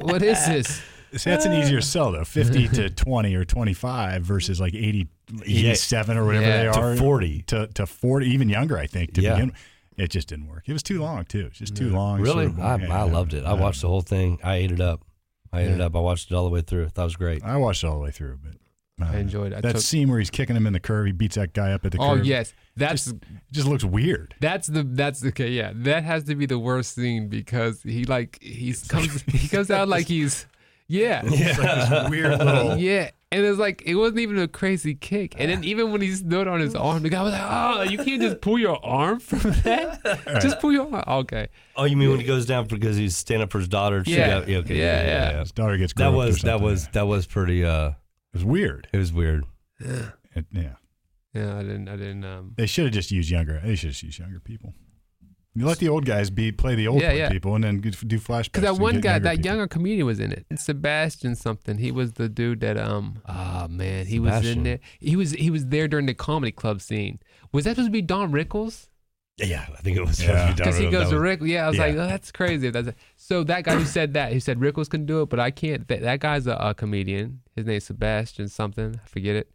what is this? See, that's an Uh. easier sell [laughs] though. Fifty to twenty or twenty five versus like 80, 87 or whatever Yeah. they To are. 40. to to forty, even younger, I think. To Yeah. begin, it just didn't work. It was too long too. It's just too long. Really, sort of- I, yeah, I loved it. I watched the whole thing. I ate it up. I ate it up. I watched it all the way through. That was great. I watched it all the way through, but uh, I enjoyed it. I that took- scene where he's kicking him in the curve. He beats that guy up at the Oh curve. yes, that's just, just looks [laughs] weird. That's the that's okay, yeah. That has to be the worst scene because he like he's comes he comes out like he's yeah. [laughs] It's like [laughs] this weird little. Yeah. And it's like it wasn't even a crazy kick. And then even when he stood on his arm, the guy was like, Oh, you can't just pull your arm from that. Just pull your arm okay. Oh, you mean when he goes down because he's standing up for his daughter? She Yeah. got- okay, Yeah, [laughs] yeah. His daughter gets That groped or was that something. was that was pretty. uh It was weird. It was weird. It- yeah, Yeah, I didn't I didn't um they should have just used younger. They should have just used younger people. You let the old guys be play the old Yeah, yeah. people, and then do flashbacks. because that and one get guy, that people. younger comedian was in it. Sebastian something. He was the dude that um ah man, he was Sebastian. in there. He was he was there during the comedy club scene. Was that supposed to be Don Rickles? Yeah, I think it was. Yeah. Because he That goes was- to Rick. Yeah, I was yeah. like, oh, that's crazy. That's so that guy who said that, he said Rickles can do it, but I can't. That, that guy's a, a comedian. His name's Sebastian something. I forget it.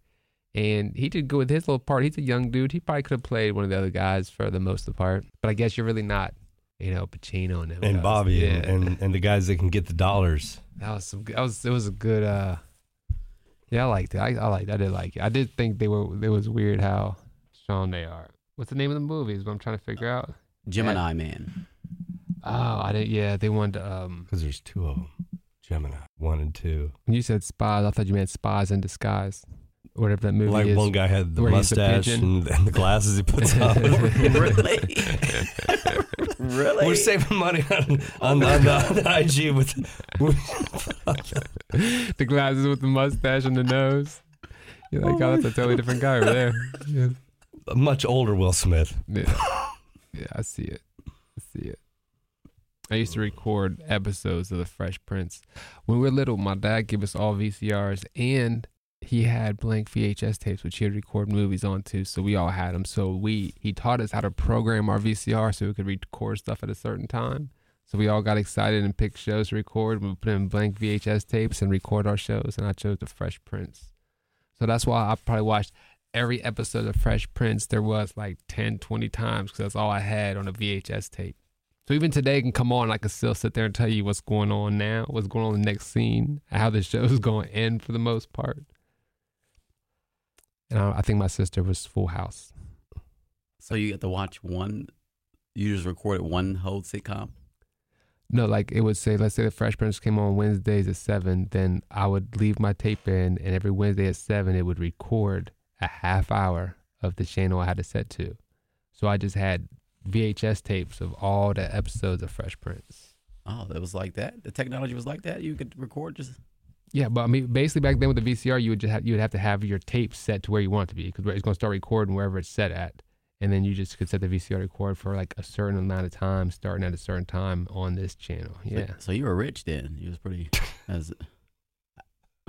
And he did good with his little part. He's a young dude. He probably could have played one of the other guys for the most of the part. But I guess you're really not, you know, Pacino and, them and guys. Bobby Yeah, and, and, and the guys that can get the dollars. that was some. That was it was a good. uh Yeah, I liked it. I, I liked. I did like it. I did think they were. It was weird how strong they are. What's the name of the movie? Is what I'm trying to figure out. Gemini [laughs] Man. Oh, I didn't. Yeah, they wanted. Um, Because there's two of them Gemini, one and two. when you said spies, I thought you meant spies in disguise, or whatever that movie Like is. [laughs] one guy had the where he's a mustache pigeon. and, and the glasses he puts [laughs] on. [laughs] really? really? We're saving money on, on, on, the, on the IG with. the glasses with the mustache and the nose. You're like, oh, that's a totally different guy over [laughs] there. Yeah, a much older Will Smith. yeah. Yeah, I see it. I see it. I used to record episodes of The Fresh Prince. When we were little, my dad gave us all VCRs, and he had blank VHS tapes, which he would record movies onto. So we all had them. So we he taught us how to program our VCR so we could record stuff at a certain time. So we all got excited and picked shows to record. We put in blank VHS tapes and record our shows, and I chose The Fresh Prince. So that's why I probably watched every episode of Fresh Prince there was like 10, 20 times because that's all I had on a VHS tape. So even today can come on, I can still sit there and tell you what's going on now, what's going on in the next scene, how the show's going to end for the most part. And I, I think my sister was Full House. So you get to watch one You just recorded one whole sitcom. No, like it would say, let's say the Fresh Prince came on Wednesdays at seven, then I would leave my tape in, and every Wednesday at seven, it would record a half hour of the channel I had it set to. So I just had VHS tapes of all the episodes of Fresh Prince. Oh, that was like that. The technology was like that. You could record just. Yeah, but I mean, basically back then with the VCR, you would just have, you would have to have your tape set to where you want it to be because it's going to start recording wherever it's set at, and then you just could set the VCR record for like a certain amount of time, starting at a certain time on this channel. Yeah, So you were rich then. You was pretty. As, [laughs]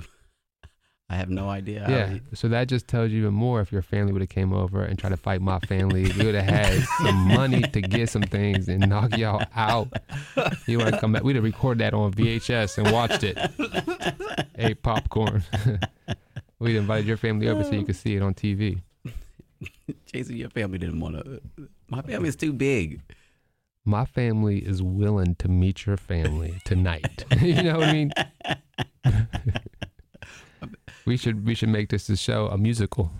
I have no idea. how yeah. you- So that just tells you even more if your family would have came over and tried to fight my family, we would have [laughs] had some money to get some things and knock y'all out. You want to come back? We'd have recorded that on VHS and watched it. Ate popcorn. [laughs] We'd invited your family over so you could see it on TV. Jason, your family didn't want to. My family's too big. my family is willing to meet your family tonight. [laughs] you know what I mean? we should we should make this a show a musical,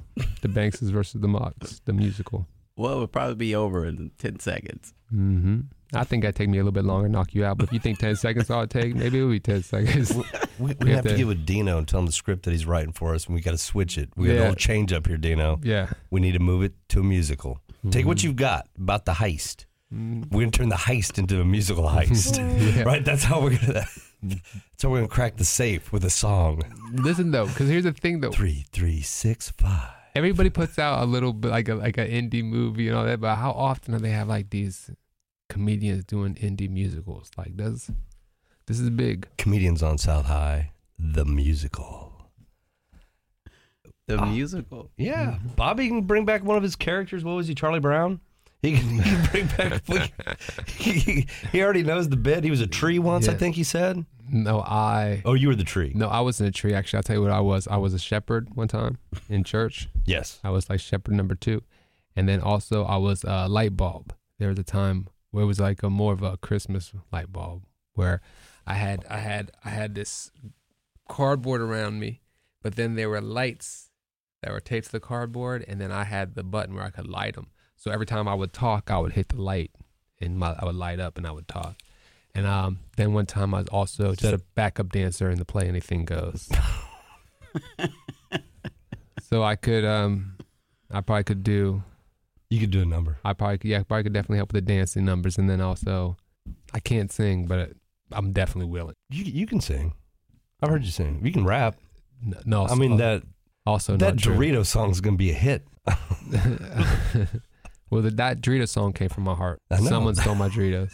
The Bankses versus the Mocks, the musical. Well, it would probably be over in ten seconds. Mm-hmm. hmm I think that take me a little bit longer to knock you out, but if you [laughs] think ten seconds all it take, maybe it'll be ten seconds. We, We we have have to to- get with Dino and tell him the script that he's writing for us, and we got to switch it. We got a Yeah. little change up here, Dino. [laughs] yeah, We need to move it to a musical. Take what you've got about the heist. Mm-hmm. [laughs] We're gonna turn the heist into a musical [laughs] heist, right? That's how we're gonna. That's how we're gonna crack the safe with a song. listen though, because here's the thing though. Three, three, six, five. everybody puts out a little bit like a like an indie movie and all that, but how often do they have like these comedians doing indie musicals? Like does this is big. Comedians on South High, the musical. The Ah. musical. Yeah, Bobby can bring back one of his characters. What was he, Charlie Brown? He can, [laughs] he can bring back. he, [laughs] he already knows the bit. He was a tree once, I Yeah. think he said. No, I Oh, you were the tree. no, I wasn't a tree actually. I'll tell you what I was. I was a shepherd one time in church. Yes. I was like shepherd number two. And then also I was a light bulb. There was a time where it was like a more of a Christmas light bulb where I had I had I had this cardboard around me, but then there were lights that were taped to the cardboard and then I had the button where I could light them. So every time I would talk, I would hit the light and my, I would light up and I would talk. And um, then one time I was also just a backup dancer in the play Anything Goes. so I could um, I probably could do. You could do a number. I probably could, yeah, I probably could definitely help with the dancing numbers, and then also, I can't sing, but I'm definitely willing. You, you can sing. I've heard you sing. You can rap. N- No, uh, I mean, that also that not true. Dorito song is going to be a hit. [laughs] well, the, that Dorito song came from my heart. I know. Someone stole my [laughs] Doritos.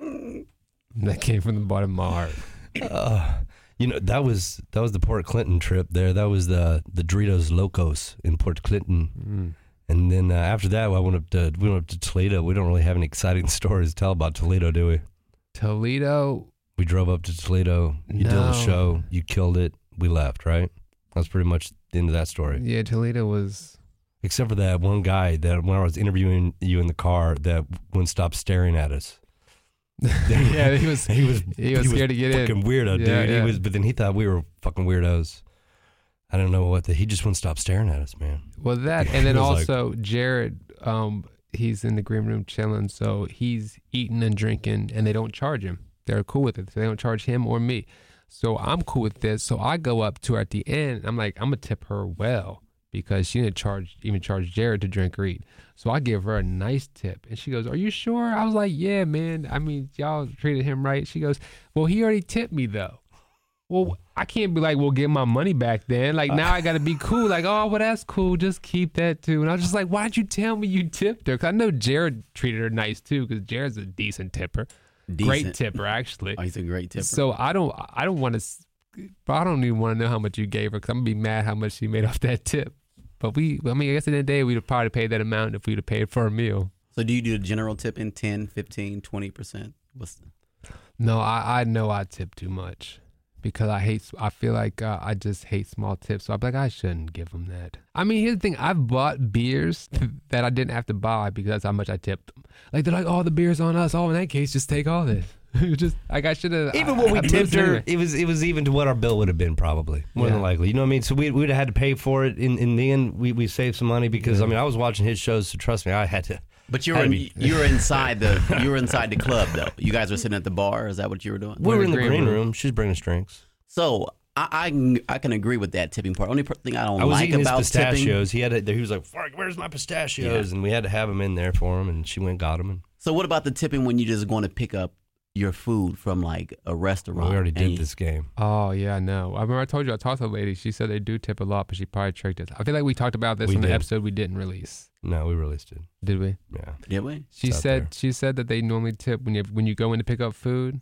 that came from the bottom of my heart. Uh, You know, that was that was the Port Clinton trip there. That was the the Doritos Locos in Port Clinton. Mm. And then uh, after that, I went up to we went up to Toledo. We don't really have any exciting [laughs] stories to tell about Toledo, do we? Toledo. We drove up to Toledo. You did No. a show. You killed it. We left. Right. That's pretty much the end of that story. Yeah, Toledo [laughs] was. [laughs] Except for that one guy that when I was interviewing you in the car, that wouldn't stop staring at us. Yeah, he was. He was He was scared to get in. fucking weirdo, Yeah, dude. yeah. He was, but then he thought we were fucking weirdos. I don't know what the he just wouldn't stop staring at us, man. [laughs] Well, that and then It was like- also Jared, um, he's in the green room chilling, so he's eating and drinking, and they don't charge him. They're cool with it. So they don't charge him or me. So I'm cool with this. So I go up to her at the end. I'm like, I'm gonna tip her well because she didn't charge even charge Jared to drink or eat. So I give her a nice tip, and she goes, "Are you sure?" I was like, "Yeah, man. I mean, y'all treated him right." She goes, "Well, he already tipped me though." well, I can't be like, well, get my money back then. Like now, I [laughs] gotta be cool. Like, oh, well, that's cool. Just keep that too. And I was just like, why'd you tell me you tipped her? Because I know Jared treated her nice too. Because Jared's a decent tipper, great Decent. tipper actually. Oh, he's a great tipper. So I don't, I don't want to, I don't even want to know how much you gave her. Because I'm gonna be mad how much she made off that tip. But we, I mean, I guess in the day we'd have probably paid that amount if we'd have paid for a meal. So do you do a general tip in 10, 15, 20%? What's the, No, I, I know I tip too much because I hate. I feel like uh, I just hate small tips. So I'm like, I shouldn't give them that. I mean, here's the thing: I've bought beers [laughs] that I didn't have to buy because that's how much I tipped them. Like they're like, "Oh, the beer's on us." Oh, in that case, just take all this. [laughs] just like I should have. Even when we tipped her, it was it was even to what our bill would have been probably more than Yeah. likely. You know what I mean? So we we'd have had to pay for it. In in the end, we we saved some money because I mean I was watching his shows. So trust me, I had to But you were in, you were inside the you were inside the club though. You guys were sitting at the bar. Is that what you were doing? We were in the green green room. room. She's bringing us drinks. So I, I can I can agree with that tipping part. Only per- thing I don't I was like eating his about tipping. pistachios. He had a, he was like, "Fuck, where's my pistachios?" And we had to have him in there for him. And she went and got him. And So what about the tipping when you just going to pick up your food from like a restaurant? we already and did you- this game. Oh yeah, I know. I remember I told you I talked to a lady. She said they do tip a lot, but she probably tricked us. I feel like we talked about this We in the did. episode we didn't release, No, we released it. did we? Yeah, Did we? She It's out said there. she said that they normally tip when you when you go in to pick up food,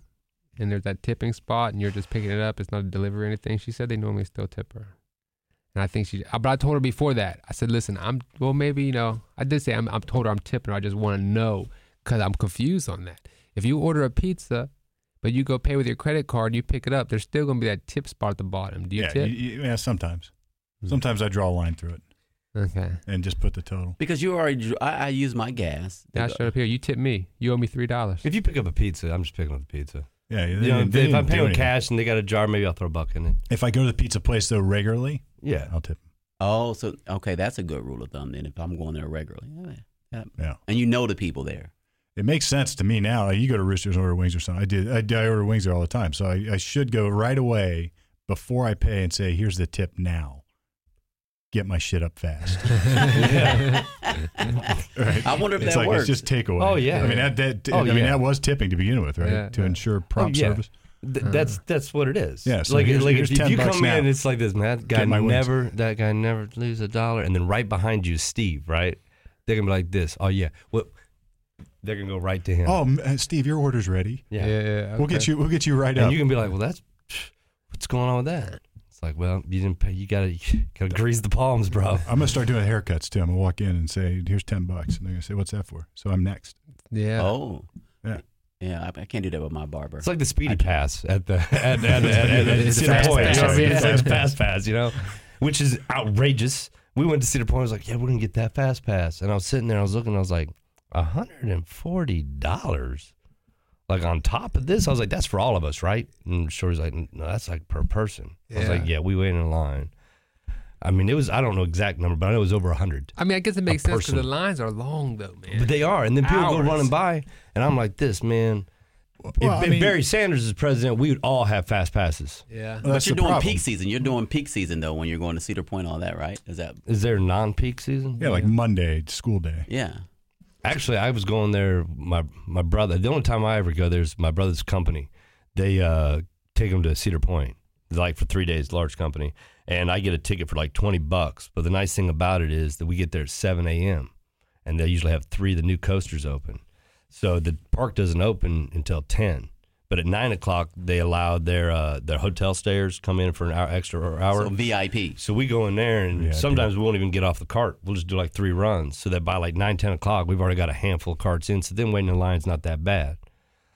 and there's that tipping spot, and you're just picking it up. It's not a delivery or anything. She said they normally still tip her, and I think she. uh, But I told her before that. I said, listen, I'm well, maybe you know. I did say I'm. I'm told her I'm tipping. her. I just want to know because I'm confused on that. If you order a pizza, but you go pay with your credit card, you pick it up. There's still gonna be that tip spot at the bottom. Do you yeah, tip? you- you- yeah, sometimes. Mm-hmm. Sometimes I draw a line through it okay. and just put the total. Because you already drew, I, I used my gas. Now I showed up here. You tip me. You owe me three dollars. if you pick up a pizza, I'm just picking up the pizza. Yeah, they You know, didn't- they if I'm didn't do paying with anything. cash and they got a jar, maybe I'll throw a buck in it. If I go to the pizza place though regularly, Yeah, I'll tip. Oh, so okay, that's a good rule of thumb. Then if I'm going there regularly, yeah, yeah. Yeah, and you know the people [laughs] there, [laughs] it makes sense to me now. Like, you go to Roosters and order wings or something. I did. I, I order wings there all the time, so I, I should go right away before I pay and say, "Here's the tip now. Get my shit [laughs] up fast." [laughs] Right? I wonder if it's that like, works. It's just takeaway. Oh, yeah. I mean that. that Oh, I mean yeah. that was tipping to begin with, right? Yeah. to ensure Oh, prompt yeah. service. Th- Uh-huh. that's that's what it is. Yeah, so like here's- like here's if 10 you bucks come in, now. it's like this. Man, that guy Get my wings. never that guy never lose a dollar, and then right behind you is Steve. Right, they're gonna be like this. Oh yeah, what? They're gonna go right to him. Oh, m- uh, Steve, your order's ready. yeah, yeah. yeah. We'll get you. We'll get you right And up. you can be like, well, that's what's going on with that. It's like, well, you didn't pay. You gotta you gotta grease the palms, bro. I'm gonna start doing haircuts too. I'm gonna walk in and say, "Here's ten bucks," and they're gonna say, "What's that for?" So I'm next. Yeah. oh, Yeah. yeah, I, I can't do that with my barber. It's like the speedy pass at the at, at, at, at, at, at [laughs] It's Cedar fast Point. pass. You know what I mean? It's like Fast the fast pass, you know, which is outrageous. We went to Cedar Point. I was like, yeah, we're gonna get that fast pass. And I was sitting there. I was looking. I was like, hundred and forty dollars. Like on top of this, I was like, that's for all of us, right? And Shorty's like, no, that's like per person. I was Yeah. like, yeah, we waited in line. I mean, it was I don't know exact number, but I know it was over hundred. I mean, I guess it makes sense because the person. lines are long though, man. But they are, and then people go Hours. running by, and I'm like, this man. Well, if, I if mean- Barry Sanders is president, we would all have fast passes. yeah. Well, but that's you're the doing problem. peak season. You're doing peak season though when you're going to Cedar Point, all that, right? Is that Is there non-peak season? Yeah, like Monday, school day. yeah? actually, I was going there. My my brother. The only time I ever go there's my brother's company. They uh, take him to Cedar Point, like for three days, large company, and I get a ticket for like twenty bucks. But the nice thing about it is that we get there at seven a.m. and they usually have three of the new coasters open. So the park doesn't open until ten. But at nine o'clock, they allowed their uh, their hotel stayers come in for an hour extra hour. So VIP. So we go in there, and Yeah, sometimes we won't even get off the cart. We'll just do like three runs, so that by like nine, ten o'clock, we've already got a handful of carts in. So then waiting in line's not that bad.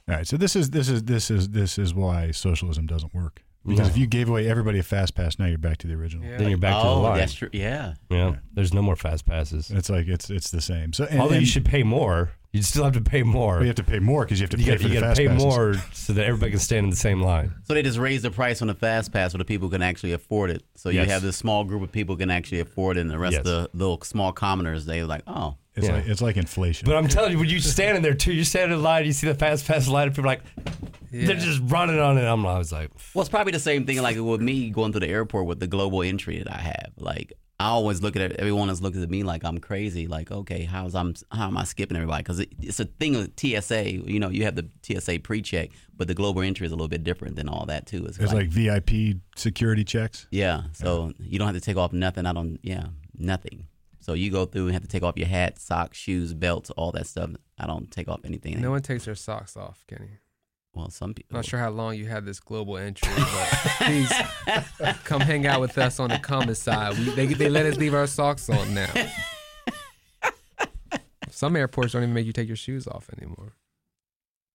All right. So this is this is this is this is why socialism doesn't work. Because No. if you gave away everybody a fast pass, now you're back to the original. Yeah. Then you're back to the oh, line. that's true. Yeah. Yeah, there's no more fast passes. It's like it's it's the same. So and, Although you and should pay more, you still have to pay more. we have to pay more because you have to you pay got for the to fast pay passes. more so that everybody can stand in the same line. So they just raise the price on the fast pass so the people can actually afford it. So Yes. you have this small group of people can actually afford it, and the rest of Yes. the little small commoners they like, oh, It's Yeah. like it's like inflation. But I'm telling you, when you're standing there too, you're standing in line, you see the fast pass line, and people are like, they're just running on it. I'm, I was like, Well, it's probably the same thing like with me going through the airport with the global entry that I have. Like I always look at it, everyone is looking at me like I'm crazy. Like okay, how's I'm how am I skipping everybody? Because it, it's a thing with TSA. You know, you have the TSA pre-check, but the global entry is a little bit different than all that too. it's like VIP security checks. yeah, so you don't have to take off nothing. I don't yeah nothing. So you go through and have to take off your hat, socks, shoes, belts, all that stuff. I don't take off anything. No one takes their socks off, Kenny. well, some people. Oh. [laughs] Not sure how long you had this global entry, [laughs] but please come hang out with us on the comment side. We, they, they let us leave our socks on now. Some airports don't even make you take your shoes off anymore. [laughs]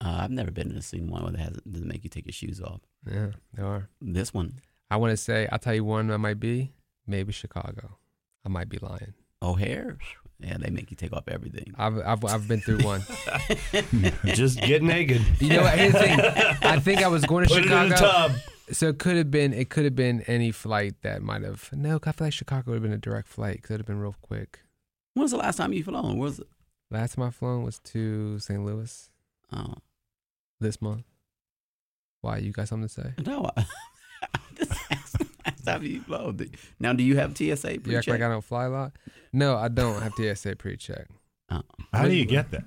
Uh, I've never been in a seen one where it hasn't doesn't make you take your shoes off. Yeah, they are. This one, I want to say, I'll tell you one I might be, maybe Chicago. I might be lying. O'Hare. Yeah, they make you take off everything. I've, I've, I've been through one. [laughs] just get naked. You know what? Here's the thing. I think I was [laughs] going to Put it Chicago. in the tub. So it could have been it could have been any flight that might have no. I feel like Chicago would have been a direct flight. Could have been real quick. When's the last time you flown? Was Last time I flown was to St. Louis Oh [laughs] this month. Why? You got something to say? no! I, [laughs] I'm just asking. Stop you blow. Do- Now, do you have TSA You act pre-check? like I don't fly a lot. No, I don't have TSA pre-check. How do you get that?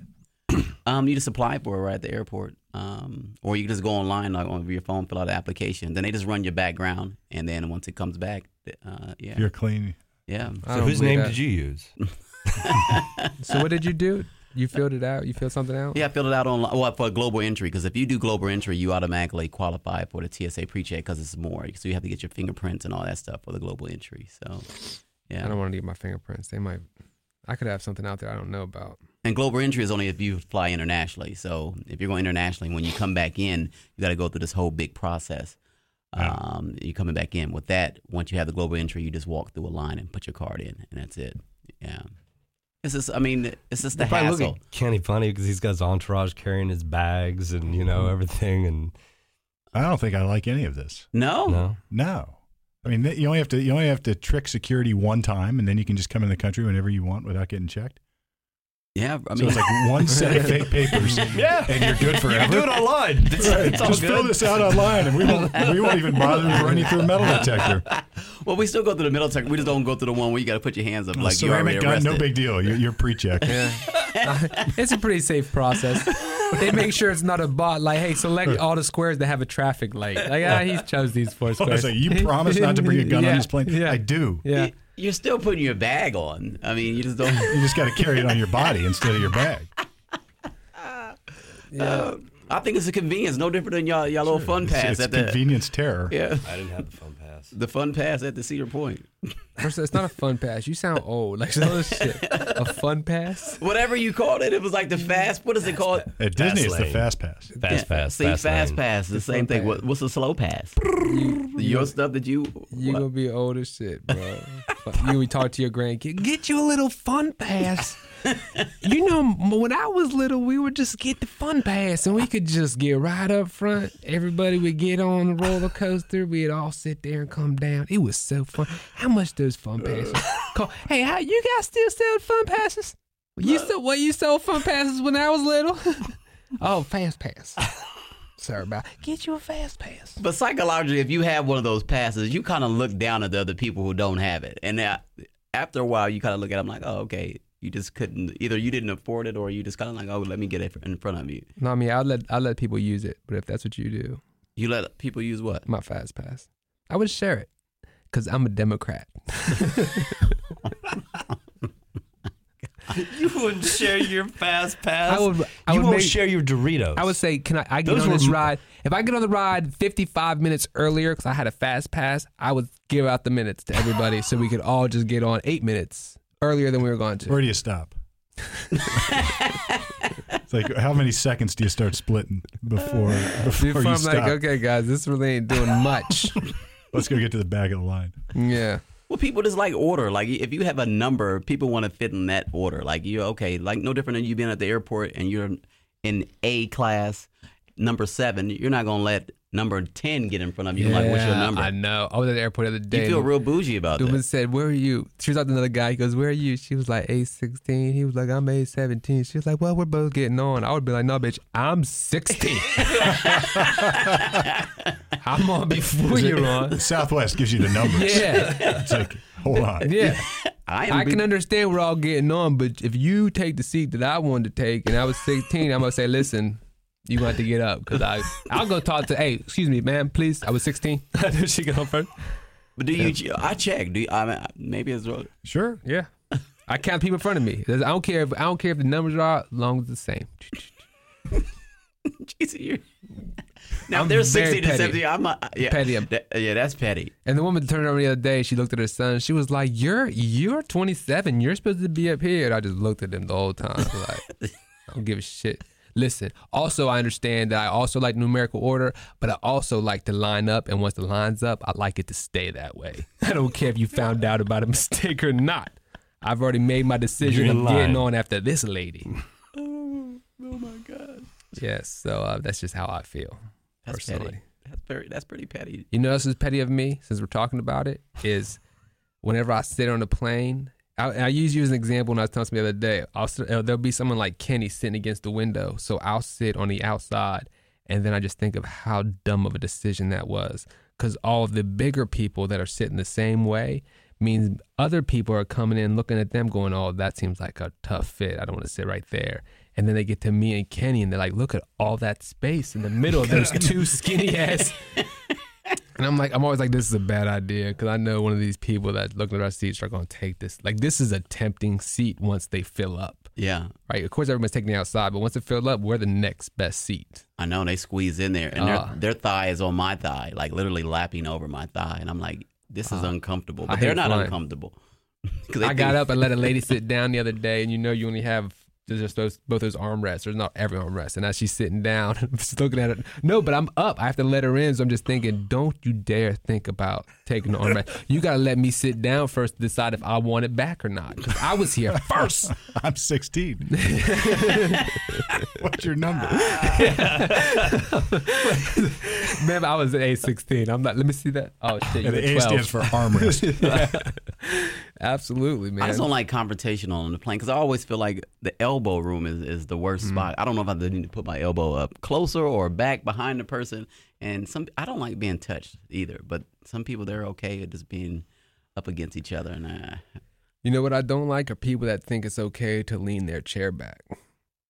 um, you just apply for it right at the airport, um, or you can just go online like on your phone, fill out an application. Then they just run your background, and then once it comes back, uh, yeah, You're clean. yeah. I So don't whose believe name that. did you use? [laughs] So what did you do? You filled it out. You filled something out. Yeah, I filled it out online. Well, for global entry, because if you do global entry, you automatically qualify for the TSA pre-check because it's more. So you have to get your fingerprints and all that stuff for the global entry. So, I yeah. don't want to get my fingerprints. They might. I could have something out there I don't know about. And global entry is only if you fly internationally. So if you're going internationally, when you come back in, you got to go through this whole big process. Yeah. Um, you're coming back in with that. Once you have the global entry, you just walk through a line and put your card in, and that's it. Yeah. It's just, I mean, it's just the If I hassle. look at Kenny Funny because he's got his entourage carrying his bags and you know everything and I don't think I like any of this. no? no. No. I mean, th- you only have to you only have to trick security one time, and then you can just come in the country whenever you want without getting checked. Yeah. I So mean, it's like one set of fake papers, Yeah. and you're good You can forever. do it [laughs] online. It's, it's all just good. fill this out online, and we won't we won't even bother to run you through a metal detector. [laughs] well, we still go through the middle tech. We just don't go through the one where you got to put your hands up. Like you're already ceramic gun, arrested. no big deal. You're, you're pre-check. Yeah, [laughs] it's a pretty safe process. They make sure it's not a bot. Like, hey, select all the squares that have a traffic light. Like, ah, he chose these four [laughs] I squares. was [laughs] like, you promise not to bring a gun Yeah, on this plane? Yeah, I do. yeah. Y- You're still putting your bag on. I mean, you just don't. [laughs] You just got to carry it on your body instead of your bag. Uh, I think it's a convenience, no different than y'all y'all little fun pass It's, it's at the convenience terror. yeah I didn't have the phone pass. the fun pass at the Cedar Point. First, it's not a fun pass. You sound old. Like, some of this shit. A fun pass? Whatever you called it, it was like the fast. What is it called? At Disney, it's the lane. fast pass. Fast Yeah, pass. See, fast, fast, lane. pass. The same thing. pass. What, what's a slow pass? You, Your stuff that you. you gonna be old as shit, bro. Fuck, you we talk to your grandkid. Get you a little fun pass. you know, m- when I was little, we would just get the fun pass, and we could just get right up front. Everybody would get on the roller coaster. We'd all sit there and come down. It was so fun. How much those fun passes? Call, hey, how you guys still sell fun passes? You still what you sold fun passes when I was little? [laughs] oh, fast pass. Sorry about. Get you a fast pass. But psychologically, if you have one of those passes, you kind of look down at the other people who don't have it, and that, after a while, you kind of look at them like, oh, okay. You just couldn't either. You didn't afford it, or you just kind of like, oh, let me get it in front of you. No, I mean I let I let people use it, but if that's what you do, You let people use what? my fast pass, I would share it because I'm a Democrat. [laughs] You wouldn't share your fast pass. I would. I you would won't make, share your Doritos. I would say, can I? I get Those on were this m- ride. If I get on the ride 55 minutes earlier because I had a fast pass, I would give out the minutes to everybody so we could all just get on eight minutes earlier than we were going to. Where do [laughs] you stop? it's like how many seconds do you start splitting [laughs] before before, Before you I'm stop? like, okay, guys, this really ain't [laughs] doing much. Let's go get to the back of the line. yeah. Well, people just like order. Like, if you have a number, people want to fit in that order. Like, you're okay. Like, no different than you being at the airport and you're in A class, number seven. You're not going to let number 10 get in front of you. and Like, what's your Yeah, number? I know. I was at the airport the other day. you feel and- real bougie about The woman that. said, "Where are you?" She was talking to another guy. He goes, "Where are you?" She was like, "A16." He was like, "I'm A17." She was like, "Well, we're both getting on." I would be like, "No, bitch, I'm 16. [laughs] I'm on before you're on." Southwest gives you the numbers. Yeah, It's like, hold [laughs] on. yeah. I, am I be- can understand we're all getting on, but if you take the seat that I wanted to take, and I was 16, I'm gonna say, "Listen." You want to get up because I I'll go talk to hey excuse me ma'am please I was 16 she get on first But do you, I check. Do you, I mean, maybe it's wrong. [laughs] Sure. Yeah. I count people in front of me. I don't care if I don't care if the numbers are as long as it's the same. [laughs] Jesus, you're. Now, I'm if they're very 60 to petty. 70. I'm a, uh, yeah. Petty, I'm- That- yeah, that's petty. And the woman turned over the other day, she looked at her son, she was like, You're you're twenty seven, you're supposed to be up here. And I just looked at them the whole time. Like, I don't give a shit. Listen, also I understand that I also like numerical order, but I also like to line up and once the line's up, I like it to stay that way. [laughs] I don't care if you found out about a mistake or not. I've already made my decision You're in of getting on line. after this lady. Oh, my God. Yes, so uh, that's just how I feel. That's personally. petty. That's, very, that's pretty petty. You know, this is petty of me since we're talking about it. Is whenever I sit on a plane, I, I use you as an example when I was telling somebody the other day. I'll, sit- uh, there'll be someone like Kenny sitting against the window, so I'll sit on the outside, and then I just think of how dumb of a decision that was, because all of the bigger people that are sitting the same way means other people are coming in looking at them, going, "Oh, that seems like a tough fit. I don't want to sit right there." And then they get to me and Kenny, and they're like, "Look at all that space in the middle of those two skinny ass." And I'm like, I'm always like, this is a bad idea because I know one of these people that looking at our seats are going to take this. Like, this is a tempting seat once they fill up, Yeah, right? Of course, everyone's taking the outside, but once it fills up, we're the next best seat. I know they squeeze in there, and Ah. their their thigh is on my thigh, like literally lapping over my thigh, and I'm like, this is uncomfortable. Ah. I But they're hate not flying. uncomfortable. [laughs] 'Cause they I got think- up and let a lady sit down the other day, and you know, you only have there's just those both those armrests. There's not every armrest, and as she's sitting down, [laughs] I'm just looking at her. No, but I'm up. I have to let her in, so I'm just thinking, don't you dare think about taking the armrest. You got to let me sit down first to decide if I want it back or not because I was here first. [laughs] I'm 16. What's your number? [laughs] Man, I was at age 16. I'm not. Let me see that. Oh shit, you And were the A 12. stands for armrest. [laughs] [laughs] Absolutely, man. I just don't like confrontational on the plane because I always feel like the elbow room is, is the worst Mm. spot. I don't know if I need to put my elbow up closer or back behind the person. And some I don't like being touched either, but some people they're okay with just being up against each other. And I, you know what I don't like are people that think it's okay to lean their chair back.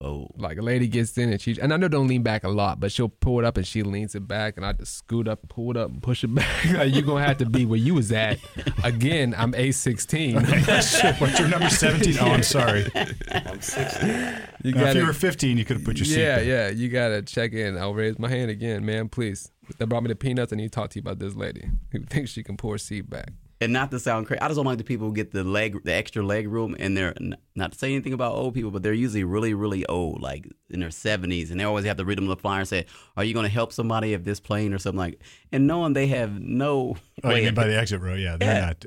oh, Like a lady gets in and she and I know don't lean back a lot, but she'll pull it up and she leans it back, and I just scoot up, pull it up, and push it back. [laughs] like you're gonna have to be where you was at. Again, I'm a 16. What's your number? 17. Oh, I'm sorry. You Now, if you were gotta. 15, you could have put your seat. Yeah, back. yeah, you gotta check in. I'll raise my hand again, man. Please. They brought me the peanuts. I need to talk to you about this lady who thinks she can pull her seat back. and not to sound crazy, I just don't like the people who get the leg, the extra leg room, and they're n- not to say anything about old people, but they're usually really, really old, like in their seventies, and they always have to read them the flyer and say, "Are you going to help somebody if this plane or something like?" And knowing they have no [laughs] Oh, way you mean of by the exit row? Yeah, they're not.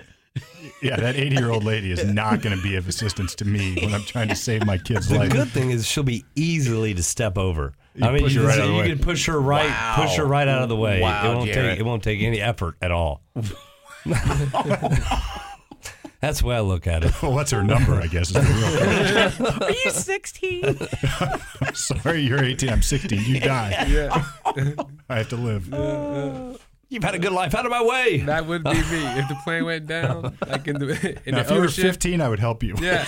Yeah, that 80 year old lady is not going to be of assistance to me when I'm trying to save my kid's The life. good thing is she'll be easily to step over. You I mean, push you, her right can- out of the you way. can push her right, push her right out of the way. Wow, it won't Jared. take it won't take any effort at all. That's the way I look at it. Well, what's her number? I guess is the real question. [laughs] Are you [laughs] 16? I'm sorry, you're 18. I'm 16. You die. I have to live. You've had a good life. Out of my way. That would be me if the plane went down, like in the [laughs] in now, the if you were ocean. 15, I would help you. yeah,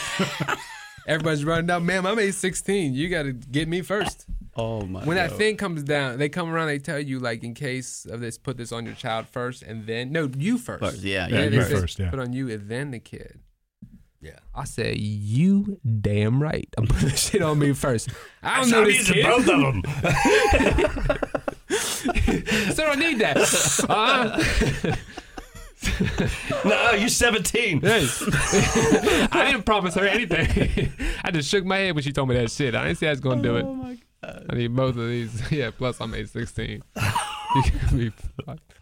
everybody's running down. Ma'am, I'm age 16. You got to get me first. Oh my! When God. that thing comes down, they come around. They tell you like, in case of this, put this on your child first, and then no, you first. First, yeah, Yeah, yeah. they you said, first, yeah. Put on you and then the kid. Yeah. I said, you damn right. I'm putting this shit on me first. I don't know I'm this using kid. both of them. So I don't need [laughs] that. Uh-uh. No, you're 17. Hey. [laughs] I didn't promise her anything. [laughs] I just shook my head when she told me that shit. I didn't say I was gonna Oh do it. I need both of these. [laughs] Yeah, plus I'm age sixteen. You can be fucked.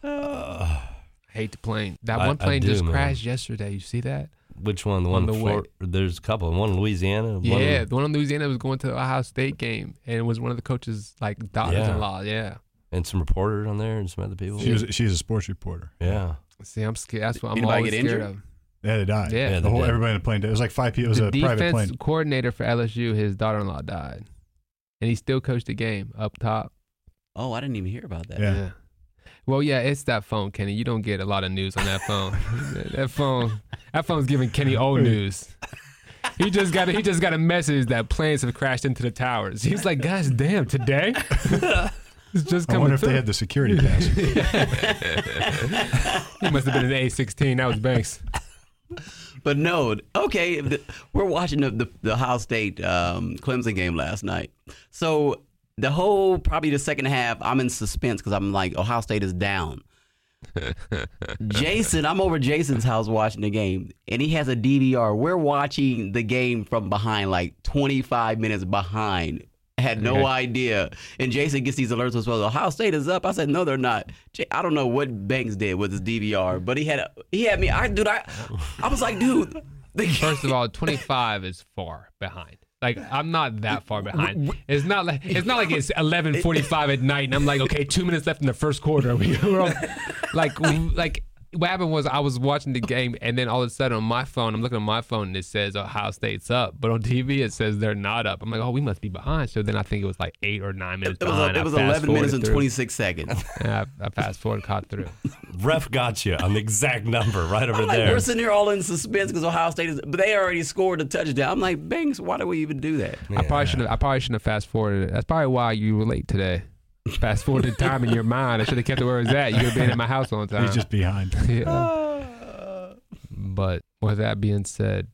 [sighs] Hate the plane. That I- one I plane do, just man. crashed yesterday. You see that? Which one? The one the in Flor- There's a couple. One in Louisiana. One yeah, In, the one in Louisiana was going to the Ohio State game, and it was one of the coaches like daughters-in-law. Yeah. and some reporters on there and some other people. She was, she's a sports reporter. yeah. See, I'm scared. That's what I'm Anybody always get scared injured? of. Yeah, they died. Yeah. Yeah, the they whole did. everybody in the plane. died. It was like five people. It was the a private defense plane. coordinator for LSU, his daughter-in-law died, and he still coached the game up top. Oh, I didn't even hear about that. Yeah. Well, yeah, it's that phone, Kenny. You don't get a lot of news on that [laughs] phone. that, that phone, that phone's giving Kenny old news. He just got a, he just got a message that planes have crashed into the towers. He's like, gosh damn, [laughs] today. it's just I coming wonder if through. they had the security pass. he must have been an A16. That was Banks. But no, okay, the, we're watching the, the, the Ohio State um, Clemson game last night. So the whole, probably the second half, I'm in suspense because I'm like, Ohio State is down. Jason, I'm over Jason's house watching the game, and he has a DVR. We're watching the game from behind, like 25 minutes behind. I had no Okay. idea. And Jason gets these alerts as well. Ohio State is up. I said, no, they're not. J- I don't know what Banks did with his DVR, but he had a, he had me. I dude, I I was like, dude, [laughs] the First of all, 25 is far behind. Like I'm not that far behind. It's not like it's not like it's [laughs] [laughs] 11:45 at night and I'm like, okay, two minutes left in the first quarter. We- We're all, like, we- like what happened was I was watching the game, and then all of a sudden on my phone, I'm looking at my phone and it says Ohio State's up, but on TV it says they're not up. I'm like, oh, we must be behind. So then I think it was like eight or nine minutes It was, behind. it was I 11 minutes and fast-forwarded 26 seconds. through. Yeah, I, I fast forward, caught through. Ref got you on the exact number right over I'm like, there. we're sitting here all in suspense because Ohio State is, but they already scored a touchdown. I'm like, Banks, why do we even do that? I probably should have. I probably shouldn't have fast forwarded. it. That's probably why you were late today. Fast forwarded time in your mind. I should have kept it where it was at. You would have been at my house on time. He's just behind. [laughs] Yeah. But with that being said,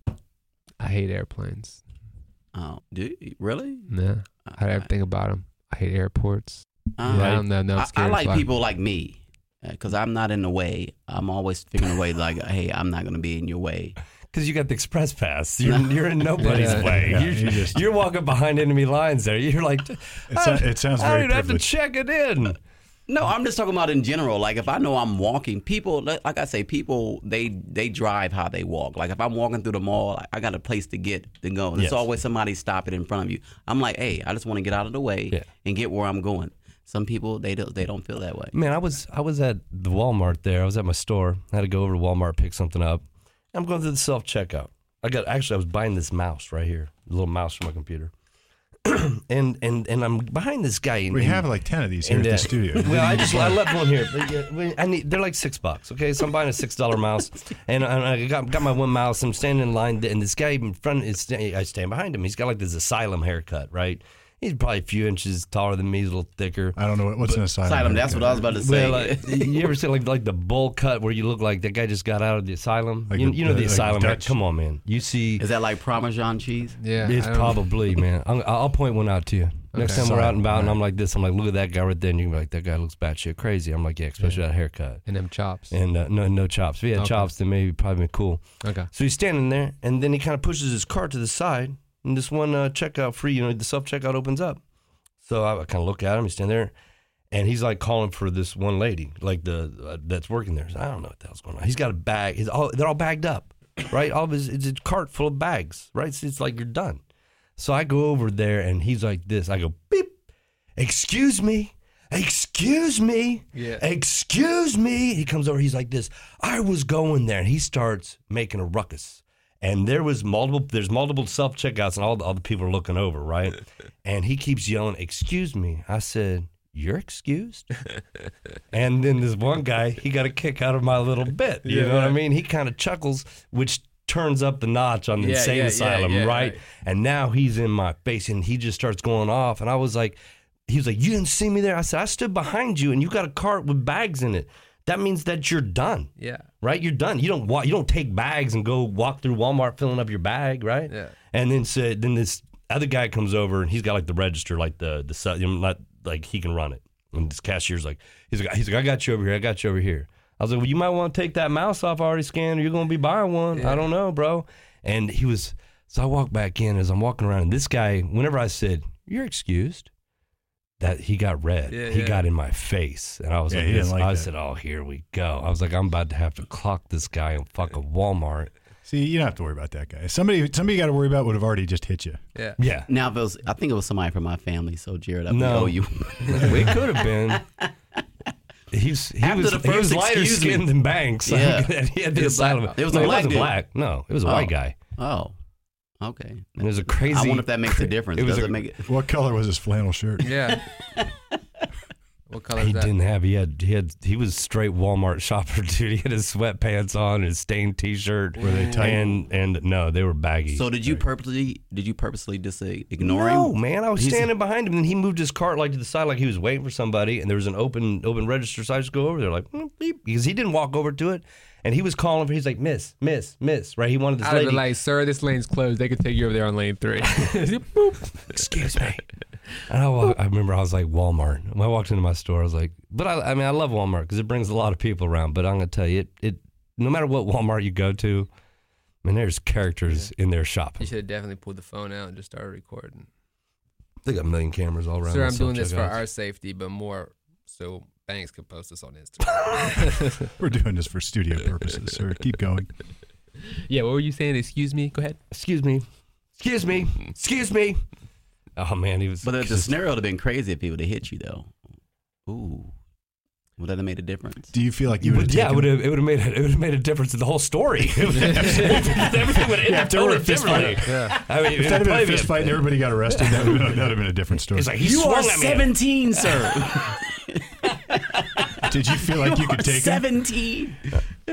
I hate airplanes. Oh, do you- really? Yeah, I hate everything about them. I hate airports. Uh, Yeah, I don't know. No, I, it's I scary like fly. people like me because I'm not in the way. I'm always figuring a way, like, hey, I'm not going to be in your way. Because you got the express pass. You're, you're in nobody's Yeah. way. Yeah, you're, you just- you're walking behind enemy lines there. You're like, so- it sounds I don't very even have to privileged. check it in. No, I'm just talking about in general. Like if I know I'm walking, people, like like I say, people they they drive how they walk. Like if I'm walking through the mall, I, I got a place to get to go. There's Yes. always somebody stopping in front of you. I'm like, hey, I just want to get out of the way Yeah. and get where I'm going. Some people they don't they don't feel that way. Man, I was I was at the Walmart there. I was at my store. I had to go over to Walmart pick something up. I'm going through the self checkout. I got actually I was buying this mouse right here, a little mouse for my computer. [clears throat] and and and I'm behind this guy. and- We and- have like 10 of these here at And, uh, the studio. [laughs] Well, I just I left one here. But, yeah, we- I need, they're like six bucks. Okay, so I'm buying a six dollar mouse, and, and I got, got my one mouse. I'm standing in line, and this guy in front is sta- I stand behind him. He's got like this asylum haircut, right? He's probably a few inches taller than me. He's a little thicker. I don't know what, what's an asylum. Asylum. That's what I was about to say. Well, uh, you ever see like like the bowl cut where you look like that guy just got out of the asylum? Like you, the- you know the, like the asylum. right? Dutch. Come on, man. You see, [laughs] Is that like Parmesan cheese? Yeah, it's I don't- probably man. I'm, I'll point one out to you next time we're Sorry. out and about, and I'm like this. I'm like, look at that guy right there, and you're like, that guy looks batshit crazy. I'm like, yeah, especially that haircut and them chops. and uh, no no chops. If he had chops, then maybe it'd probably been cool. Okay. So he's standing there, and then he kind of pushes his cart to the side, and this one uh, checkout free, you know, the self checkout opens up. So I, I kind of look at him. He's standing there, and he's like calling for this one lady, like the uh, that's working there. So I don't know what the hell's going on. He's got a bag. He's all, they're all bagged up, right? All of his it's a cart full of bags, right? So it's like you're done. So I go over there, and he's like this. I go beep. Excuse me. Excuse me. Yeah. Excuse me. He comes over. He's like this. I was going there, and he starts making a ruckus. And there was multiple. There's multiple self checkouts, and all the, all the people are looking over, right? and he keeps yelling, "Excuse me." I said, "You're excused." and then this one guy, he got a kick out of my little bit. You know what I mean? He kind of chuckles, which turns up the notch on the Yeah, insane yeah, yeah, asylum, yeah, right? right. And now he's in my face and he just starts going off. And I was like, he was like, You didn't see me there. I said, I stood behind you and you got a cart with bags in it. That means that you're done. Yeah. Right? You're done. You don't walk you don't take bags and go walk through Walmart filling up your bag, right? Yeah. And then said then this other guy comes over and he's got like the register, like the the su- you know, not like he can run it. And this cashier's like he's like he's like, I got you over here, I got you over here. I was like, Well, you might want to take that mouse off I already scanned or you're gonna be buying one. I don't know, bro. And he was so I walked back in as I'm walking around and this guy, whenever I said, You're excused that he got red. Yeah, he yeah. got in my face. And I was Yeah, like, he didn't this- like I that. said, Oh, here we go. I was like, I'm about to have to clock this guy in fucking Walmart. See, you don't have to worry about that guy. Somebody, somebody you got to worry about would have already just hit you. [laughs] Yeah. Yeah. Now, if it was, I think it was somebody from my family. So Jared, I No. no. owe you. [laughs] it could have been. [laughs] He's, he, After was, the he was first lighter excuse me. skinned than Banks. [laughs] Yeah. he had the He's a black- asylum. it was a no, he black wasn't dude. black. No, it was a Oh. white guy. oh, okay. And it was a crazy. I wonder if that makes a [laughs] difference. It was Does a- it make it? What color was his flannel shirt? [laughs] Yeah. what color He is that? didn't have. He had. He had. He was straight Walmart [laughs] shopper, dude. He had his sweatpants on, his stained T-shirt. Were they tight? And and no, they were baggy. So did you purposely did you purposely just uh, ignore No, him? man, I was He's- standing behind him, and he moved his cart like to the side, like he was waiting for somebody. And there was an open open register, so I just go over there, like mm, beep, because he didn't walk over to it, and he was calling for. He's like, Miss, Miss, Miss, right? He wanted this I'd have lady. been like, sir, this lane's closed. They could take you over there on lane three. [laughs] Excuse me. [laughs] And I, walk, I remember I was like Walmart. When I walked into my store, I was like, but I, I mean, I love Walmart because it brings a lot of people around. But I'm gonna tell you, it it no matter what Walmart you go to, I mean, there's characters in their shop. you should have definitely pulled the phone out and just started recording. They got a million cameras all around. Sir, the I'm doing this for self-checkouts. our safety, but more so Banks could post this on Instagram. We're doing this for studio purposes, sir. Keep going. [laughs] yeah, what were you saying? Excuse me? Go ahead. excuse me, excuse me, excuse me. Oh man, he was. But the, the scenario would have been crazy if he would have hit you though. Ooh, Would that have made a difference? Do you feel like [laughs] you would? But yeah, it would have it would have made it would have made a difference in the whole story. [laughs] Everything would end Yeah, up [laughs] if there were totally a fist differently. fight, Yeah. I mean, If that had been a probably fist fight and everybody got arrested, that would have been a different story. It's like he You swung are at me. 17, [laughs] sir. Did you feel like you, could take him? 17.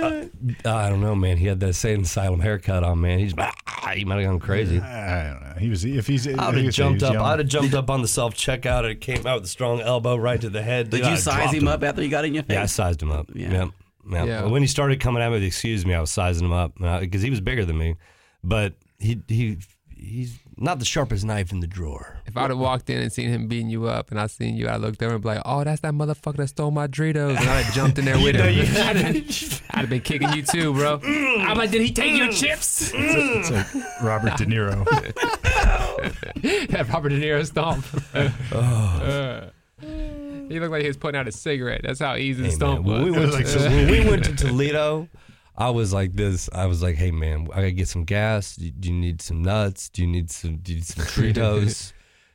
Uh, I don't know, man. He had that same asylum haircut on, man. He's ah, he might have gone crazy. I don't know. He was if he's. I would have jumped up. I'd have jumped up on the self checkout. It came out with a strong elbow right to the head. Did Dude, you I'd size dropped him up after you got in your face? Yeah, I sized him up. Yeah. Yeah. Yep. Yep. Yeah. When he started coming at me with excuse me, I was sizing him up because he was bigger than me. But he he he's not the sharpest knife in the drawer. If I'd have walked in and seen him beating you up, and I seen you, I looked over and be like, "Oh, that's that motherfucker that stole my Doritos," and I'd have jumped in there [laughs] with him. I'd, have, I'd have been kicking you too, bro. [laughs] I'm like, "Did he take your chips?" [laughs] It's like Robert [laughs] De Niro. that Robert De Niro [laughs] stomp. Uh, he looked like he was putting out a cigarette. That's how easy the Hey, man, stomp when was. we went, to, [laughs] when we went to Toledo, I was like this. I was like, hey man, I gotta get some gas. Do you, do you need some nuts? Do you need some? Do you need some [laughs] Doritos?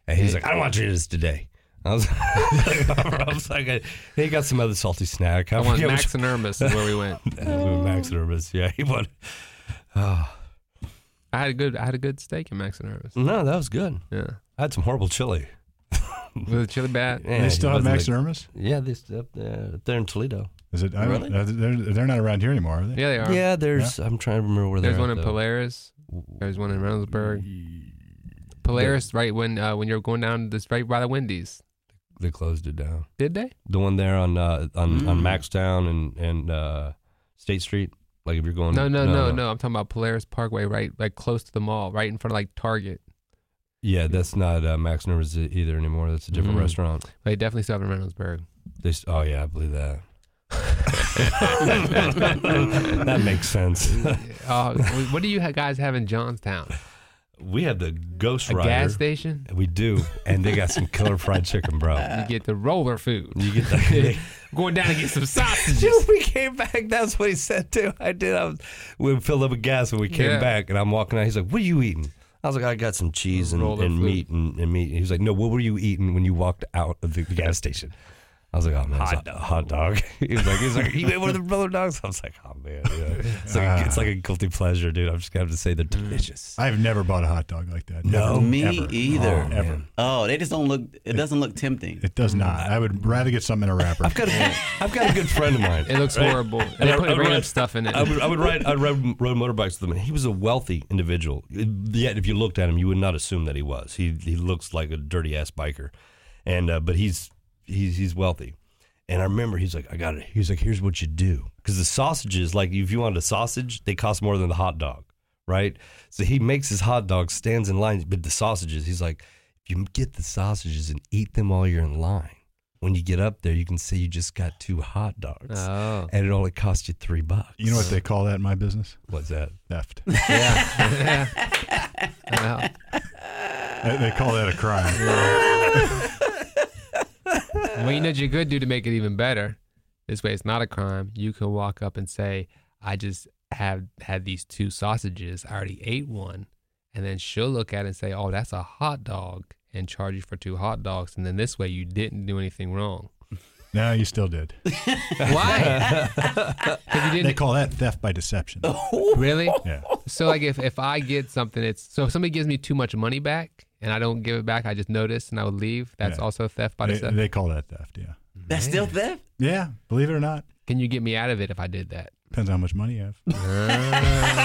and he's like, I don't want Doritos today. I was, [laughs] I was like, I- he got some other salty snack. I [laughs] went forget which Max and Irmus is where we went. [laughs] And we were Oh. Max nervous. Yeah, he oh, won. I had a good, I had a good steak in Max and Irmus. No, that was good. Yeah, I had some horrible chili. with a chili bat. Yeah, they it still have wasn't Max like- Ermis? Yeah, they up there, up there in Toledo. Is it? I don't, Really? uh, they're, they're not around here anymore, are they? Yeah, they are. Yeah, there's. I'm trying to remember where There's they're one at, in though. Polaris. There's one in Reynoldsburg. Polaris, right when uh, when you're going down this right by the Wendy's, They closed it down. did they? The one there on uh, on Mm. on Maxtown and and uh, State Street. Like if you're going. No, no, no, no, I'm talking about Polaris Parkway, right, like close to the mall, right in front of like Target. Yeah, that's not uh, Max Nervous either anymore. That's a different Mm. restaurant. They definitely still have it in Reynoldsburg. They, s- oh yeah, I believe that. [laughs] that makes sense. [laughs] Uh, what do you ha- guys have in Johnstown? we have the Ghost A Rider. gas station? We do, and they got some killer fried chicken, bro. [laughs] You get the roller food. You get the. Going down to get [laughs] some sausages. Dude, we came back. That's what he said too. I did. I was, we filled up with gas and we came Yeah. back. And I'm walking out. He's like, "What are you eating?" I was like, "I got some cheese and, Roll the and food. meat and, and meat." And he was like, "No, what were you eating when you walked out of the gas station?" I was like, "Oh man, hot, a, hot dog." [laughs] he was like, "He was like, you ate one of the brother dogs." I was like, "Oh man, yeah. it's like it's like a guilty pleasure, dude. I'm just gonna have to say they're Mm. delicious." I've never bought a hot dog like that. No. Never, Oh, Me ever. either. Oh, ever. Oh, they just don't look, it doesn't look tempting. [laughs] It does not. I would rather get something in a wrapper. I've got a, I've got a good friend of mine. It [laughs] looks horrible. And They I- put I random read- stuff in it. I would, I would ride. I rode, rode motorbikes with him. and He was a wealthy individual. Yet, if you looked at him, you would not assume that he was. He he looks like a dirty ass biker, and uh, but he's he's he's wealthy. And I remember he's like, I got it. He's like, here's what you do, because the sausages, like if you wanted a sausage, they cost more than the hot dog, right? So he makes his hot dog, stands in line, but the sausages, he's like, if you get the sausages and eat them while you're in line, when you get up there, you can say you just got two hot dogs oh. and it only cost you three bucks. You know what they call that in my business? What's that? Theft. Yeah. [laughs] yeah. they they call that [laughs] a crime. Well, you know what you could do to make it even better. This way, it's not a crime. You can walk up and say, "I just have had these two sausages. I already ate one," and then she'll look at it and say, "Oh, that's a hot dog," and charge you for two hot dogs. And then this way, you didn't do anything [laughs] wrong. No, you still did. Why? [laughs] Because you Oh. They didn't call that theft by deception. [laughs] Oh, [laughs] really. Yeah. So, like, if if I get something, it's so if somebody gives me too much money back and I don't give it back, I just notice and I would leave. That's Yeah. also theft [laughs] by They, deception. they call that theft. Yeah. That's still theft? Yeah. Believe it or not, Can you get me out of it if I did that? depends on how much money you [laughs] have.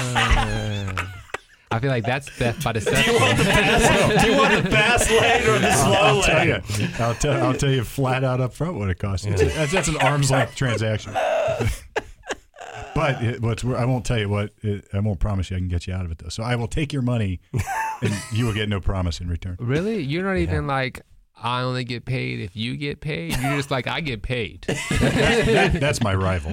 I feel like that's theft [laughs] by deception. Do you want the fast lane [laughs] or the slow I'll tell you. I'll tell. I'll tell you flat out up front what it costs. It's that's, that's an arm's length transaction. [laughs] but it, what's wor- I won't tell you what. It, I won't promise you I can get you out of it though. So I will take your money, and you will get no promise in return. Really? You're not even like, I only get paid if you get paid. You're just like, I get [laughs] paid. That, that's my rival.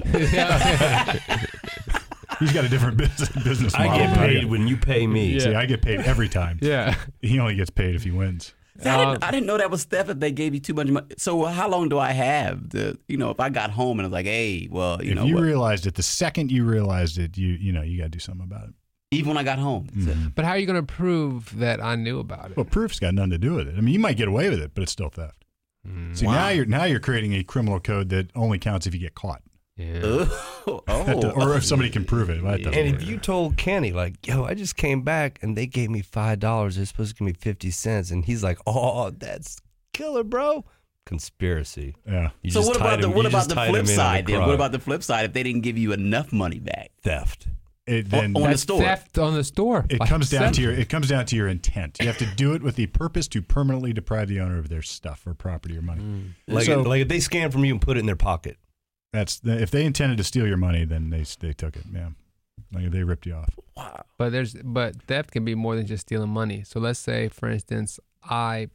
He's got a different business business model. I get than paid do. when you pay me. See, I get paid every time. [laughs] yeah. He only gets paid if he wins. See, I, Uh, didn't, I didn't know that was theft if they gave you too much money. So how long do I have? To, you know, if I got home and I was like, hey, well, you if know you what? realized it, the second you realized it, you you know you got to do something about it. Even when I got home. So- Mm-hmm. But how are you going to prove that I knew about it? Well, proof's got nothing to do with it. I mean, you might get away with it, but it's still theft. See now you're now you're creating a criminal code that only counts if you get caught, uh, Yeah. [laughs] Oh, or if somebody can prove it. Well, that doesn't And if work. you told Kenny, like, yo, I just came back and they gave me five dollars, they're supposed to give me fifty cents, and he's like, Oh, that's killer, bro. Conspiracy. yeah, You so just what tied about the him- what you about just the tied him flip into the side then? crowd. What about the flip side if they didn't give you enough money back? theft? it, then on the That's store. theft on the store. it Like, comes down theft. to your it comes down to your intent. You have to do it with the purpose to permanently deprive the owner of their stuff or property or money. Mm. Like, So- like if they scan from you and put it in their pocket. That's if they intended to steal your money, then they they took it. Yeah, like they ripped you off. But there's but theft can be more than just stealing money. So let's say, for instance, I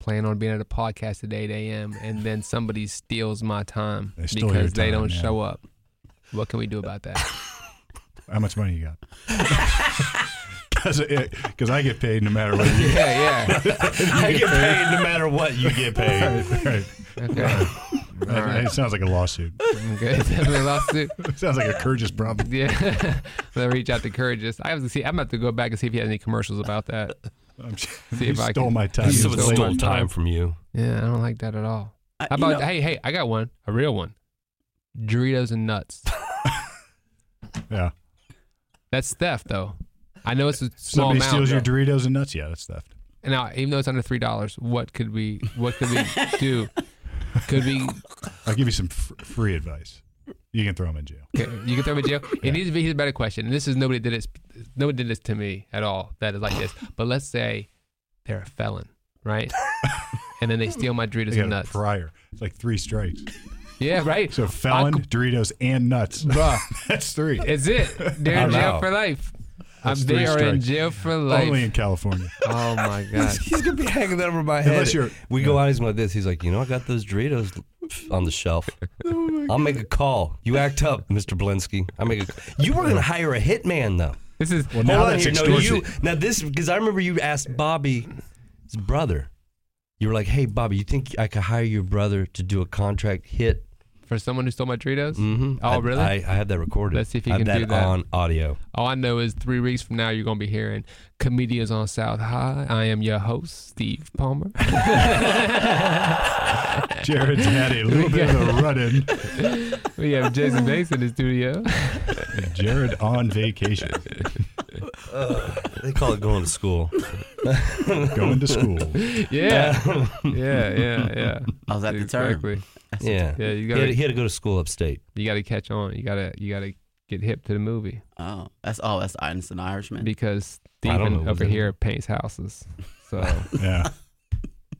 plan on being at a podcast at 8 a.m. and then somebody steals my time They stole your because they time, don't yeah. show up. What can we do about that? [laughs] How much money you got? [laughs] Because I get paid no matter what. [laughs] You yeah, [laughs] yeah. you get paid no matter what you get paid. Right, [laughs] right. Okay. All right. [laughs] It sounds like a lawsuit. Okay. Definitely a lawsuit. It sounds [laughs] like a Kyrgyz problem. Yeah. [laughs] They'll reach out to Courageous. I have to see I'm about to go back and see if he has any commercials about that. I'm sure- See you if I stole can- my time. You Someone stole my stole time time. from you. Yeah, I don't like that at all. I- How Uh, you about know- hey, hey, I got one. A real one. Doritos and nuts. Yeah. That's theft though. I know it's a small Somebody amount. steals your Doritos and nuts. Yeah, that's theft. And now, even though it's under three dollars, what could we what [laughs] could we do? Could we? I'll give you some fr- free advice. You can throw them in jail. okay, You can throw me in jail. It needs to be. Here's a better question. And this is nobody did it. Nobody did this to me at all. That is like this. But let's say they're a felon, [laughs] right? And then they steal my Doritos They and got a nuts. prior. It's like three strikes. Yeah, right. [laughs] So felon, I Doritos, and [laughs] nuts. Bruh, That's three. it's it. They're I'm in jail out. for life. I'm, That's three they are in strikes. jail for Only in life. [laughs] California. Oh [laughs] my god. [laughs] He's gonna be hanging that over my head. Unless you're- we go out, he's like this. He's like, you know, I got those Doritos on the shelf. I'll make a call. You act up, Mr. Blinsky. I make a. You were gonna hire a hitman though. This is Well, now Hold on that's here. No, extortion. you, now this because I remember you asked Bobby's brother. You were like, "Hey, Bobby, you think I could hire your brother to do a contract hit?" for someone who stole my Doritos. Mm-hmm. Oh, I, really? I, I have that recorded. Let's see if you I have can do that. on audio. All I know is three weeks from now, you're going to be hearing Comedians on South High. I am your host, Steve Palmer. Jared's had a little bit of a run in. we have [laughs] Jason Bates in the studio. Jared on vacation, They call it going to school. [laughs] going to school. [laughs] Yeah. yeah, yeah, yeah. I was at the term. Exactly. yeah, Yeah, you He had, gotta he had to go to school upstate. you gotta catch on. You gotta you gotta get hip to the movie Oh, that's oh, that's Iron's an Irishman. because I don't know Steven who's over in here paints houses. So Yeah,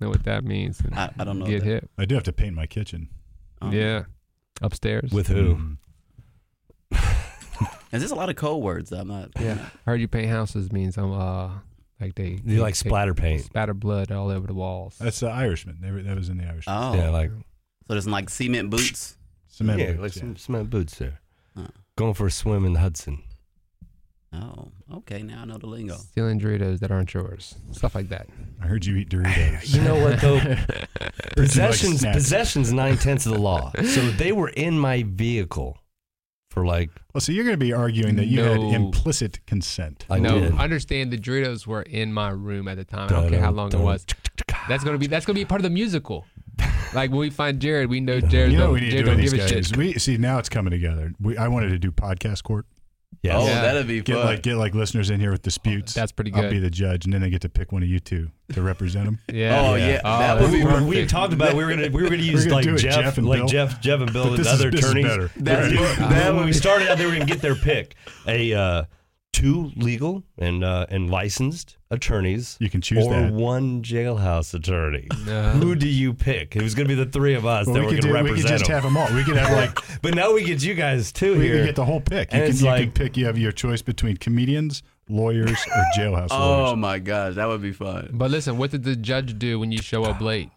know what that means. and I, I don't know. Get that. hip. I do have to paint my kitchen. Oh. Yeah. Um, Upstairs. With who? Mm. Is this a lot of code words? that I'm not. yeah. Heard you paint houses means I'm uh like they You like they splatter paint? spatter blood all over the walls. That's the Irishman. They were, that was in the Irishman. Oh, Yeah, like so there's like cement boots. Cement yeah, boots, like yeah. some cement boots there. Huh. Going for a swim in the Hudson. Oh, okay. Now I know the lingo. Stealing Doritos that aren't yours. Stuff like that. I [laughs] heard you eat Doritos. You know what [laughs] though? [laughs] Heard you like possessions snacks. possessions nine tenths of the law. So they were in my vehicle for like Well, so you're going to be arguing that you No. had implicit consent. I no, did. understand the Doritos were in my room at the time. I don't care how long it was. That's gonna be that's gonna be part of the musical. Like when we find Jared, we know Jared you know don't, what we need to Jared do with don't these give a guys. shit. is We see now it's coming together. We, I wanted to do podcast court. Yes. Oh, Yeah. that'd be Get fun. like get like listeners in here with disputes. That's pretty I'll be good. the judge, and then they get to pick one of you two to represent them. yeah. Oh, yeah. That would that's be- We, were- we perfect. talked about we were gonna we [laughs] were gonna use gonna like do it, Jeff, Jeff and like Bill. Jeff Jeff and Bill and this the is- other this is attorneys. better. That's Right. what- When that when would we be- started out, they were gonna get their pick a uh, two legal and uh, and licensed attorneys. You can choose or that. one jailhouse attorney. No. Who do you pick? It was gonna be the three of us Well, that we were could gonna do, we represent could just them. have them all. We could [laughs] have like But now we get you guys too we here. could get the whole pick. You And can, it's you like- can pick. You have your choice between comedians, lawyers, or jailhouse oh lawyers. my gosh, that would be fun. But listen, what did the judge do when you show up late?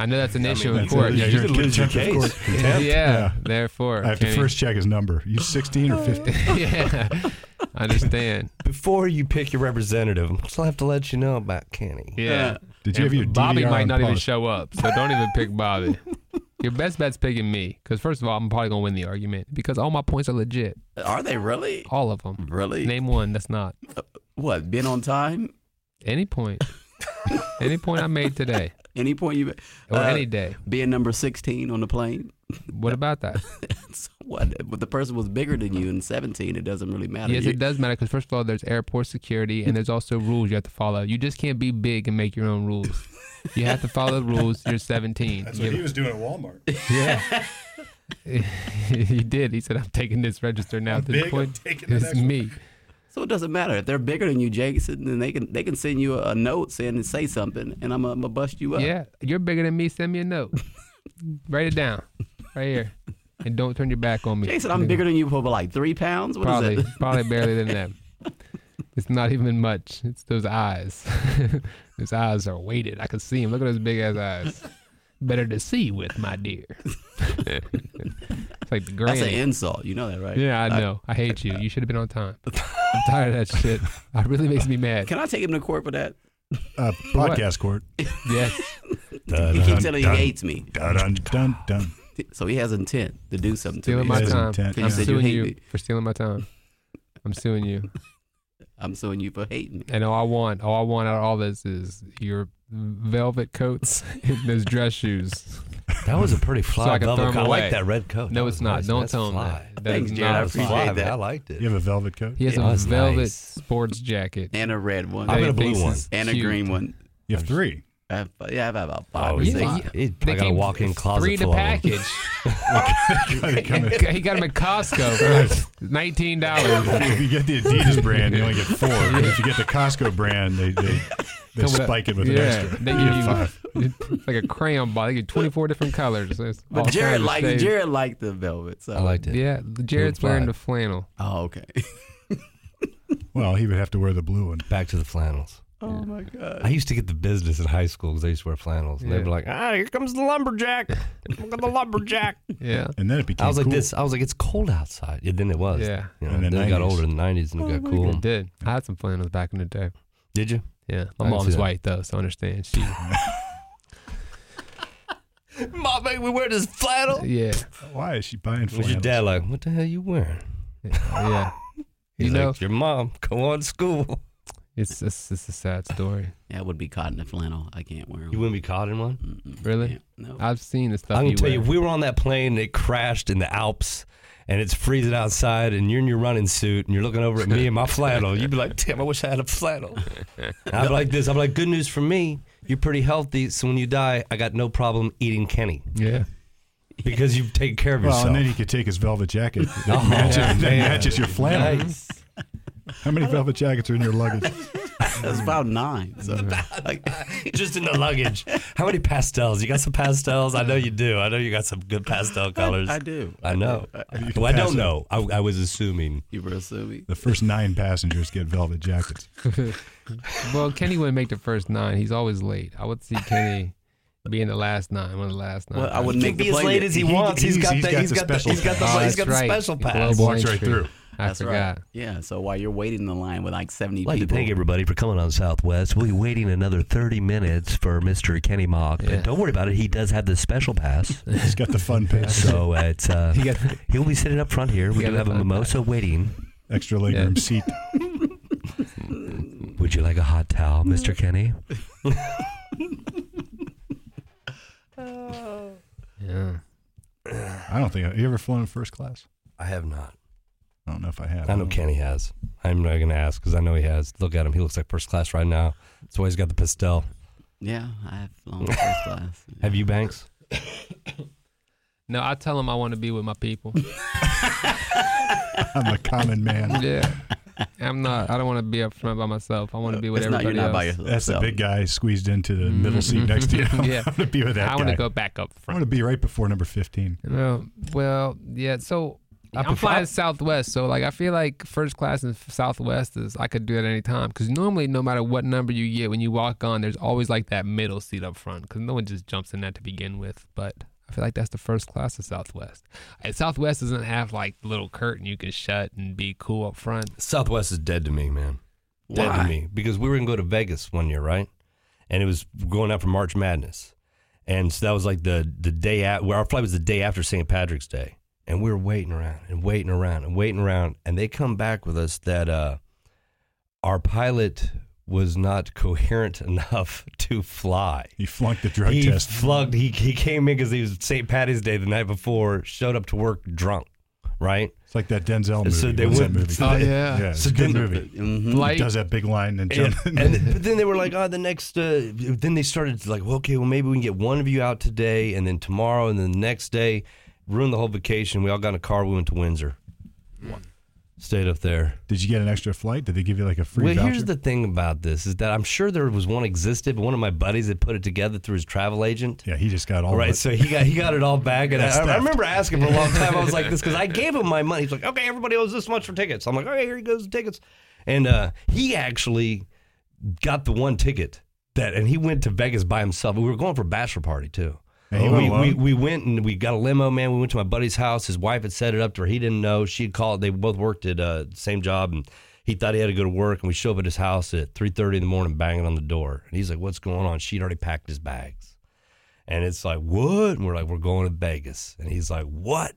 I know that's an issue in that's- court. that's- Yeah, yeah, you you're could lose your contempt case. of yeah, Contempt. Therefore, I have to Kenny. first check his number. You 16 or [laughs] 15? yeah, I understand. Before you pick your representative, I'm still have to let you know about Kenny. Yeah. Did you And have your Bobby DVR might on not even [laughs] pause? show up, so don't even pick Bobby. [laughs] Your best bet's picking me, because first of all, I'm probably gonna win the argument because all my points are legit, Are they really? all of them. Really? Name one that's not What? Been on time? any point. Any point I made today Any point you or uh, any day. being number sixteen on the plane. What about that? It's what? But the person was bigger than you in seventeen. It doesn't really matter. Yes, Uh, You- it does matter because first of all, there's airport security and there's also rules you have to follow. You just can't be big and make your own rules. You have to follow the rules. You're [laughs] 17. You- was doing at Walmart. [laughs] [laughs] he did. He said, "I'm taking this register now." to big, the I'm point, taking the it's next one." [laughs] me. So it doesn't matter if they're bigger than you, Jason. Then they can they can send you a, a note saying say something, and I'm gonna bust you up. Yeah, you're bigger than me. Send me a note. Write it down right here, and don't turn your back on me. Jason, I'm bigger than you for like three pounds. What is Probably, it? probably barely than them. It's not even much. It's those eyes. [laughs] His eyes are weighted. I can see him. Look at those big ass [laughs] eyes. Better to see with, my dear. [laughs] it's like the [laughs] That's granny. an insult. You know that, right? yeah, I know. I hate you. You should have been on [laughs] time. I'm tired of that shit. It really makes me mad. Can I take him to court for that? Uh, podcast court. Yes. He keeps telling he hates me, Dun, dun, dun, dun. so he has intent to do something to me. stealing my His time. intent, I'm yeah. You said you suing hate you, me. for stealing my time. I'm suing you. I'm suing you for hating me. And all I want, all I want out of all this is your velvet coats and those dress shoes. That was a pretty fly I can throw velvet. 'em coat. I away. like that red coat. No, That it's was not. nice. Don't That's tell him fly. that. That Thanks, is Jared. I not That's fly. appreciate fly, that. man. I liked You it. have a velvet coat. He has Yeah, a that's velvet nice. sports jacket. And a red one. I'm They in a blue think one. it's and a cute. green one. You have three. [laughs] I have, yeah, I have about five Oh, or he's six. yeah. like- he probably got a came walk-in closet Three to full of 'em. package. [laughs] They come in- he got him at Costco for like nineteen dollars. if you get the Adidas brand, you only get four. But If you get the Costco brand, they they, they spike it with an extra. They You get give five. you [laughs] it's like a crayon ball. They give you twenty four different colors. It's all But Jared kinds of liked shades. Jared liked the velvet. So. I liked it. Yeah, Jared's Blue wearing plaid. the flannel. Oh, okay. [laughs] Well, he would have to wear the blue one. Back to the flannels. Oh my god. I used to get the business in high school because I used to wear flannels, and Yeah. they'd be like, "Ah, here comes the lumberjack! Look [laughs] at the lumberjack!" Yeah. And then it became I was like cool. this. I was like, "It's cold outside." Yeah, then it was. Yeah. You know, In the then I got 90s. older in the nineties and it got I cool. did. I had some flannels back in the day. Did you? [laughs] Yeah. I My can see mom's that. white though, so I understand. [laughs] She Mom made me wear this flannel. Yeah. Why is she buying Was your flannels? dad like, "What the hell you wearing?" Yeah. He's You like, know- "Your mom. [laughs] Go on to school. It's it's, it's a sad story. That would be cotton and flannel. I can't wear You them. wouldn't be caught in one." Really? No. I've seen the stuff I can you tell wear. you, if we were on that plane, and it crashed in the Alps, and it's freezing outside, and you're in your running suit, and you're looking over at me in my flannel. You'd be like, "Damn, I wish I had a flannel." And I'm like this. I'm like, "Good news for me, you're pretty healthy. So when you die, I got no problem eating Kenny yeah. [laughs] because you've taken care of Well, yourself." [laughs] and then he could take his velvet jacket. Oh, that man. matches your flannel. How many velvet jackets are in your luggage? That's about nine. So [laughs] like, Just in the luggage. How many pastels? You got some pastels? I know you do. I know you got some good pastel colors. I do. I know. You can Well, I pass don't it. know. I, I was assuming. You were assuming. The first nine passengers get velvet jackets. Well, Kenny wouldn't make the first nine. He's always late. I would see Kenny being the last nine, one of the last nine. Well, I He wouldn't can make be the as plane. late as he He- wants. he's he's got got the the he's got the special he's got the pass. he's got the Oh, that's special right. pass. Global. Walks right entry. through. I forgot. Yeah. So while you're waiting in the line with like 70 I'd like to people, thank everybody for coming on Southwest. We'll be waiting another 30 minutes for Mr. Kenny Mock. Yeah. But don't worry about it. He does have the [laughs] special pass. He's got the fun pass. so uh, it's, uh, He got- he'll be sitting up front here. He We got do the have a fun mimosa waiting. Extra legroom seat. Would you like a hot towel, Mr. Mm. Kenny? Yeah. I don't think. Have you ever flown in first class? I have not. I don't know if I have. I know Kenny has. I'm not going to ask because I know he has. Look at him. He looks like first class right now. That's why he's got the pastel. [laughs] yeah, I have [laughs] flown first class. Have you, Banks? No, I tell him I want to be with my people. [laughs] I'm a common man. yeah. I'm not. I don't want to be up front by myself. I want to be with Uh, It's not, you're everybody not else. by yourself. That's the so- big guy squeezed into the middle seat next to you. Yeah. [laughs] I want to be with that I guy. want to go back up I front. want to be right before number 15. No, well, yeah. So I am prefer- flying Southwest, so like I feel like first class in Southwest is I could do it at any time because normally, no matter what number you get when you walk on, there's always like that middle seat up front because no one just jumps in that to begin with. But I feel like that's the first class of Southwest. And Southwest doesn't have like the little curtain you can shut and be cool up front. Southwest is dead to me, man. Dead Why? to me because we were gonna go to Vegas one year, right? And it was going out for March Madness, and so that was like the the day at where our flight was the day after St. Patrick's Day, and we were waiting around and waiting around and waiting around, and they come back with us that uh, our pilot was not [laughs] coherent enough to fly. He flunked the drug he test. flunked. He, he came in because he was St. Patty's Day the night before. Showed up to work drunk, right? It's like that Denzel movie. So they What's went- that movie? so called? they- Oh, yeah, it's a good movie. Mm-hmm. He Flight. does that big line and And, jump. and but then they were like, oh, the next. Uh, then they started like, well, okay, well maybe we can get one of you out today, and then tomorrow, and then the next day, ruined the whole vacation. We all got in a car. We went to Windsor, stayed up there. [laughs] Did you get an extra flight? Did they give you like a free Well, voucher? here's the thing about this is that I'm sure there was one existed, but one of my buddies had put it together through his travel agent. yeah, he just got all All right, Of it. so he got he got it all back, and I, That's I theft. remember asking for a long time. I was [laughs] like, "This," because I gave him my money. He's like, "Okay, everybody owes this much for tickets." I'm like, "All right, here he goes, the tickets." And uh, he actually got the one ticket that, and he went to Vegas by himself. We were going for a bachelor party too. And he went we, we alone? we went and we got a limo, man. We went to my buddy's house. His wife had set it up to where he didn't know. She had called. They both worked at uh, the same job, and he thought he had to go to work. And we show up at his house at three thirty in the morning, banging on the door. And he's like, "What's going on?" She'd already packed his bags. And it's like, what? And we're like, we're going to Vegas. And he's like, what?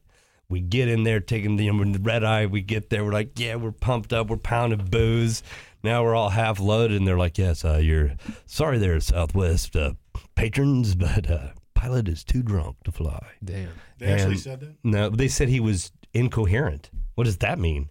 We get in there, taking the, you know, the red eye. We get there. We're like, yeah, we're pumped up. We're pounding booze. Now we're all half loaded. And they're like, yes, uh, you're sorry there, Southwest uh, patrons, but uh, pilot is too drunk to fly. Damn. They actually and- said that. No, they said he was incoherent. What does that [laughs] mean?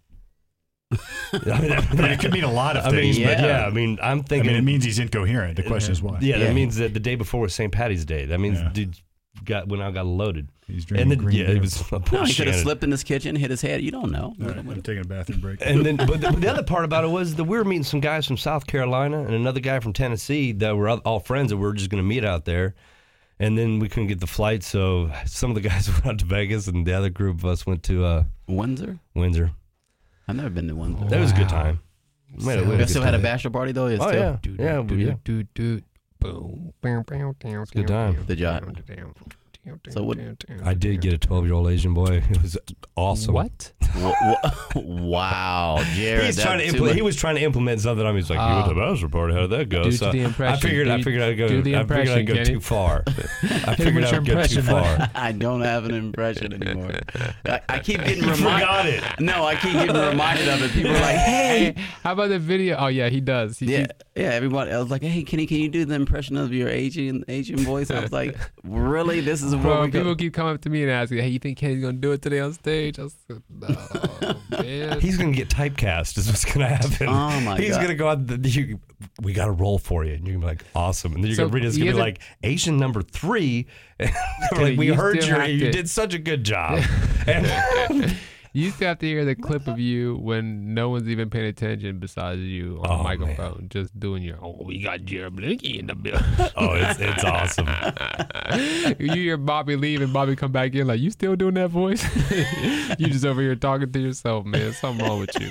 I mean, I mean, it could mean a lot [laughs] of I mean, things. yeah. but yeah, I mean, I'm I thinking mean, it means he's incoherent. The question is why. yeah, Yeah. that means that the day before was St. Patty's Day. That means Yeah. dude got when I got loaded. He's And drinking then green yeah, beer. it was a No, he could have Shannon. slipped in this kitchen, hit his head. You don't know. All right, I'm taking a bathroom break. And then, but the, but the other part about it was that we were meeting some guys from South Carolina and another guy from Tennessee that were all- all friends that we were just going to meet out there. And then we couldn't get the flight, so some of the [laughs] guys went out to Vegas, and the other group of us went to uh, Windsor? Windsor. I've never been to Windsor. That was a good Wow. time. Made a- So- made They good still had a time. bachelor party though. It's Oh, still- yeah. Do, do, Yeah, do, yeah. do, do, boom. Bam, bam, down, a down, good time. down, Good job. down, down, down, So what- down, down, I did down, get a down. twelve-year-old Asian boy. It was awesome. What? Wha- [laughs] wha- wow, Jared. He's that trying to too implement, much- he was trying to implement something. I'm just like, you Ah. went to bachelor party. How did that go? Do the impression. I figured. I Do- figured I'd go. do the I figured I'd impression, go Kenny. too far. [laughs] I Hit him figured with your I'd go too impression, bud. [laughs] far. [laughs] I don't have an impression anymore. I, I [laughs] keep getting You reminded. forgot it. No, I keep getting reminded of it. People are [laughs] like, Hey, "Hey, how about the video? Oh yeah, he does. He, yeah, yeah." Everyone, I was like, "Hey, Kenny, can you do the impression of your Asian Asian voice?" I was like, "Really? This is where Bro, we go?" people keep coming up to me and asking, "Hey, you think Kenny's gonna do it today on stage?" I was like, "No, man." He's gonna get typecast. Is what's gonna happen. Oh, my He's God. gonna go out. The, you, we got a role for you, and you're gonna be like, awesome. And then you're So gonna read. it, It's you gonna be gotta- like Asian number three. [laughs] And we're Dude, like, we you heard still your. have You to- did such a [laughs] good job. and [laughs] you used to have to hear the clip of you when no one's even paying attention besides you on Oh, the man. microphone, just doing your. Oh, we got Jared Blinky in the building. oh, it's, it's awesome. [laughs] you hear Bobby leave and Bobby come back in like, "You still doing that voice? [laughs] you just over here talking to yourself, man. Something wrong with you."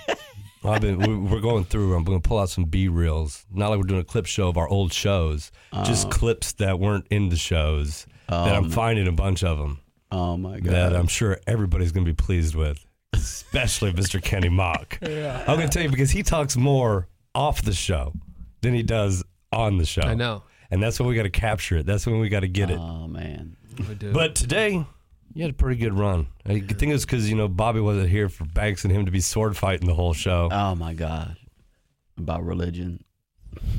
Well, I've been, we- we're going through. I'm going to pull out some B reels. Not like we're doing a clip show of our old shows, just clips that weren't in the shows. that I'm finding a bunch of them oh my god! that I'm sure everybody's going to be pleased with, especially Mr. [laughs] Kenny Mock. I'm going to tell you because he talks more off the show than he does on the show. I know. And that's when we got to capture it. That's when we got to get it. oh man. But today, you had a pretty good run. I think it's because, you know, Bobby wasn't here for Banks and him to be sword fighting the whole show. Oh my god. About religion.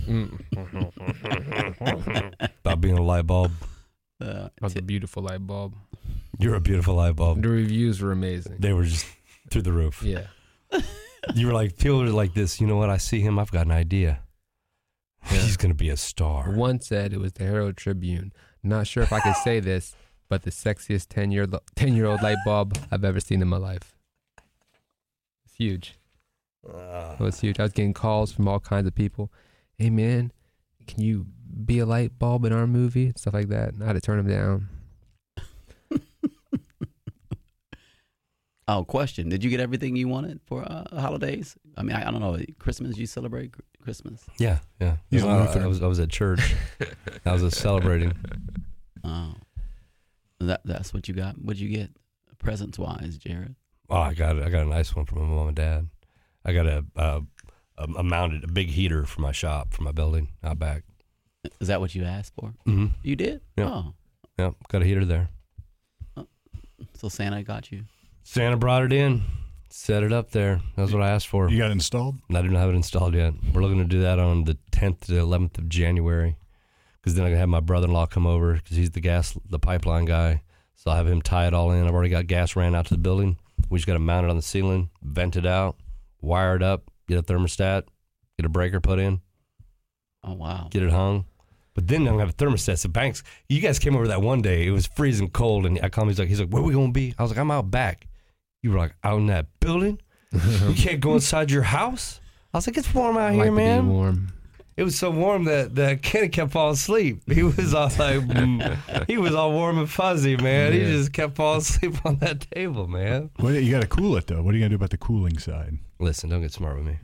Mm. [laughs] Mm. about being a light bulb. Uh, That's a beautiful light bulb. You're a beautiful light bulb. The reviews were amazing. They were just through the roof. Yeah. You were like, people were like this. You know what? I see him. I've got an idea. He's going to be a star. One said it was the Herald Tribune. Not sure if I could say this, but the sexiest 10 year 10 year old light bulb I've ever seen in my life. It's huge. Uh, It was huge. I was getting calls from all kinds of people. Hey man, can you be a light bulb in our movie and stuff like that? And I had to turn them [laughs] down. oh, question. Did you get everything you wanted for uh, holidays? I mean, I, I don't know. Christmas, you celebrate Chr- Christmas? Yeah, yeah. He's a Well, I, Lutheran. I was I was at church. I was just [laughs] celebrating. Oh. That, that's what you got? What'd you get presents wise, Jared? Oh, I got I got a nice one from my mom and dad. I got a uh, a, a mounted a big heater for my shop for my building out back. Is that what you asked for? Mm-hmm. You did? Yeah. Oh. Yep, got a heater there. So Santa got you. Santa brought it in. Set it up there. That's what I asked for. You got it installed? And I do not have it installed yet. We're looking to do that on the 10th to the 11th of January, because then I'm gonna have my brother-in-law come over because he's the gas, the pipeline guy. So I'll have him tie it all in. I've already got gas ran out to the building. We just got to mount it on the ceiling, vent it out, wire it up, get a thermostat, get a breaker put in, Oh wow. get it hung. But then I'm gonna have a thermostat. So Banks, you guys came over that one day. It was freezing cold, and I called him. He's like, he's like, where we gonna be? I was like, I'm out back. You were like, out in that building? you can't go inside your house? I was like, it's warm out like here, to be man. warm. It was so warm that that Kenny kept falling asleep. He was all like, mm, he was all warm and fuzzy, man. He Yeah. just kept falling asleep on that table, man. What, you got to cool it though. What are you going to do about the cooling side? Listen, don't get smart with me.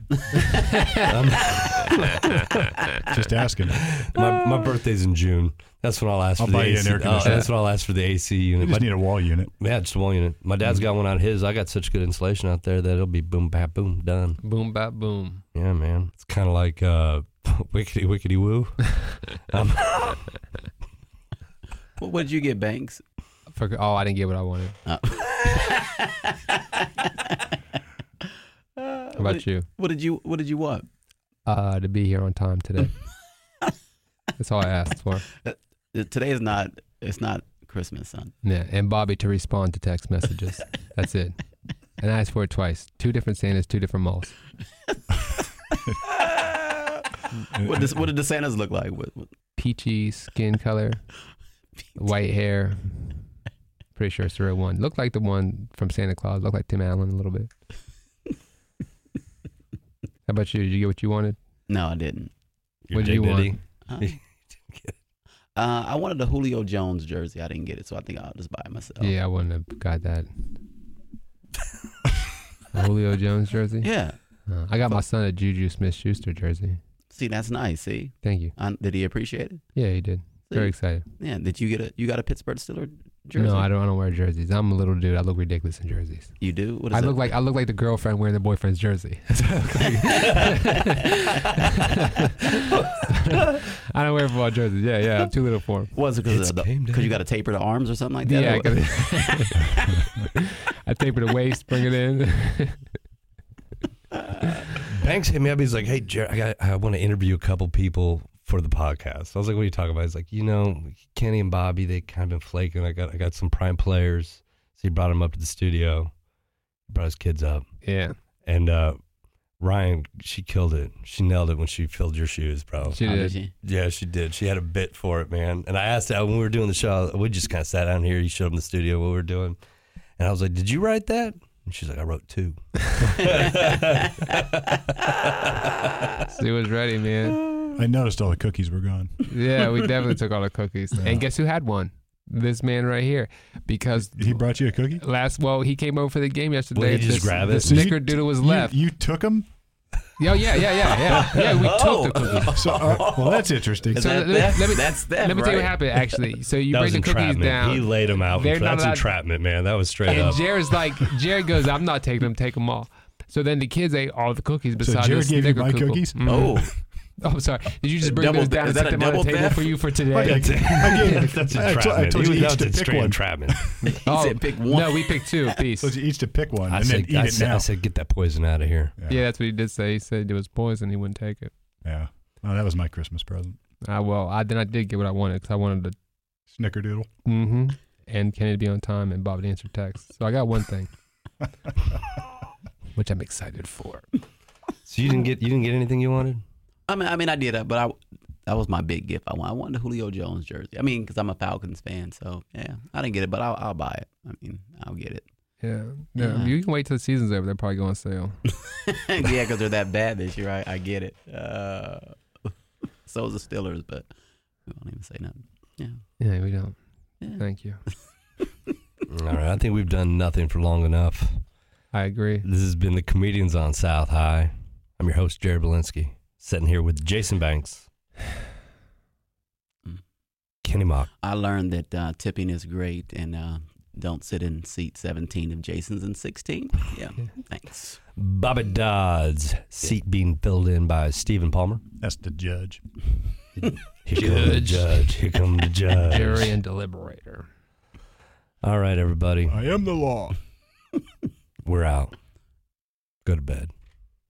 [laughs] Just asking. You My, my birthday's in June. That's when I'll ask I'll for the buy you an AC. air conditioner. that's when I'll ask for the AC unit. My just need a wall unit. Yeah, just one unit. My dad's got one out of his. I got such good insulation out there that it'll be boom, bap, boom, done. Boom, bap, boom. Yeah, man. It's kind of like uh, [laughs] wickety, wickety, woo. What what did you get, Banks? Fuck- Oh, I didn't get what I wanted. [laughs] Uh, How about you? What did you What did you want? Uh, to be here on time today. That's all I asked for. Uh, [laughs] Today is not. It's not [laughs] Christmas, son. Yeah, and Bobby to respond to text [laughs] messages. That's it. And I asked for it twice. Two different Santas, two different malls. [laughs] What does What did the Santas look like? What, what- Peachy skin color, white hair. Pretty sure it's the real one. Looked like the one from Santa Claus. Looked like Tim Allen a little bit. How about you? Did you get what you wanted? no, I didn't. What do you want? [laughs] Huh? uh, I wanted a Julio Jones jersey. I didn't get it, so I think I'll just buy it myself. Yeah, I wouldn't have got that. A Julio Jones jersey. Yeah. Uh, I got my son a Juju Smith Schuster jersey. See, that's nice. See, Thank you. uh, did he appreciate it? Yeah, he did. Very excited. Yeah. Did you get a You got a Pittsburgh Steelers jersey? No, I don't. I don't wear jerseys. I'm a little dude. I look ridiculous in jerseys. You do. What is I it? look like I look like the girlfriend wearing the boyfriend's jersey. [laughs] [laughs] I don't wear football jerseys. Yeah, yeah. I'm too little for 'em. [laughs] Was it It's because game day. because you got to taper the arms or something like that? Yeah, Or- 'cause- [laughs] I taper the waist, bring it in. [laughs] Banks hit me up. He's like, "Hey, Jer- I got, I want to interview a couple people for the podcast." I was like, "What are you talking about?" He's like, "You know, Kenny and Bobby, they kind of been flaking. I got, I got some prime players." So he brought him up to the studio, brought his kids up, yeah, and uh, Ryan, she killed it. She nailed it when she filled your shoes, bro. she How did. did [laughs] you? Yeah, she did. She had a bit for it, man. And I asked that when we were doing the show. We just kind of sat down here. You showed them the studio what we were doing, and I was like, "Did you write that?" And she's like, "I wrote two. Oh, [laughs] [laughs] [laughs] She was ready, man. I noticed all the cookies were gone. Yeah, we definitely took all the cookies. And guess who had one? This man right here, because He brought you a cookie? last well he came over for the game yesterday. Well, he just This- grabbed the it. So you- snickerdoodle was you- left. Oh, You, Oh, took [laughs] them? Yeah, yeah, yeah, yeah, yeah. Yeah, [laughs] we took the cookies. So, uh, well, that's interesting. So That- let, me- that's- let me, that's them, let me tell you what right? happened. [laughs] Actually, so you that break was the cookies entrapment. down. He laid them out. They're not That's allowed- entrapment, man. That was straight And up. Jared's like, Jared goes, I'm not taking them, take them all. So then the kids ate all the cookies so besides Jared the gave you Snicker my Kookle. cookies? Oh, Mm-hmm. [laughs] Oh, I'm sorry. Did you just bring Double those de- down is and that set a them on the double table theft? for you for [laughs] I, today? I gave, [laughs] That's I, told- entrapment. I He told was- you each that to was pick straight one. entrapment. oh, said pick [laughs] one. No, we picked [laughs] two apiece. told you each to pick one I and said, then I eat it said, I now. said, get that poison out of here. yeah, that's what he did say. He said it was poison. He wouldn't take it. Yeah. Oh, that was my Christmas present. Ah, well, I then I did get what I wanted because I wanted to. [laughs] Snickerdoodle. Mm-hmm. And Kenny to be on time and Bob to answer text. So I got one thing, which I'm excited for. So you didn't get you didn't get anything you wanted. I mean, I mean, I did that, but I that was my big gift. I wanted, I wanted a Julio Jones jersey. I mean, because I'm a Falcons fan, so yeah, I didn't get it, but I'll, I'll buy it. I mean, I'll get it. [laughs] Yeah. No, Yeah. you can wait till the season's over. They're probably going on sale. yeah, because they're that bad this year. I, I get it. Uh, [laughs] so is the Steelers, but we won't even say nothing. Yeah, we don't. Yeah. Thank you. [laughs] All right, I think we've done nothing for long enough. I agree. This has been the comedians on South High. I'm your host Jared Belinsky, sitting here with Jason Banks, Kenny Mock. I learned that uh, tipping is great, and uh, don't sit in seat 17 if Jason's in 16. [laughs] Yeah, Yeah. thanks. Bobby Dodds, seat being filled in by Stephen Palmer. That's the judge. Here comes the Judge. judge. Here comes [laughs] the Jury judge. and deliberator. All right, everybody, I am the law. we're out. Go to bed.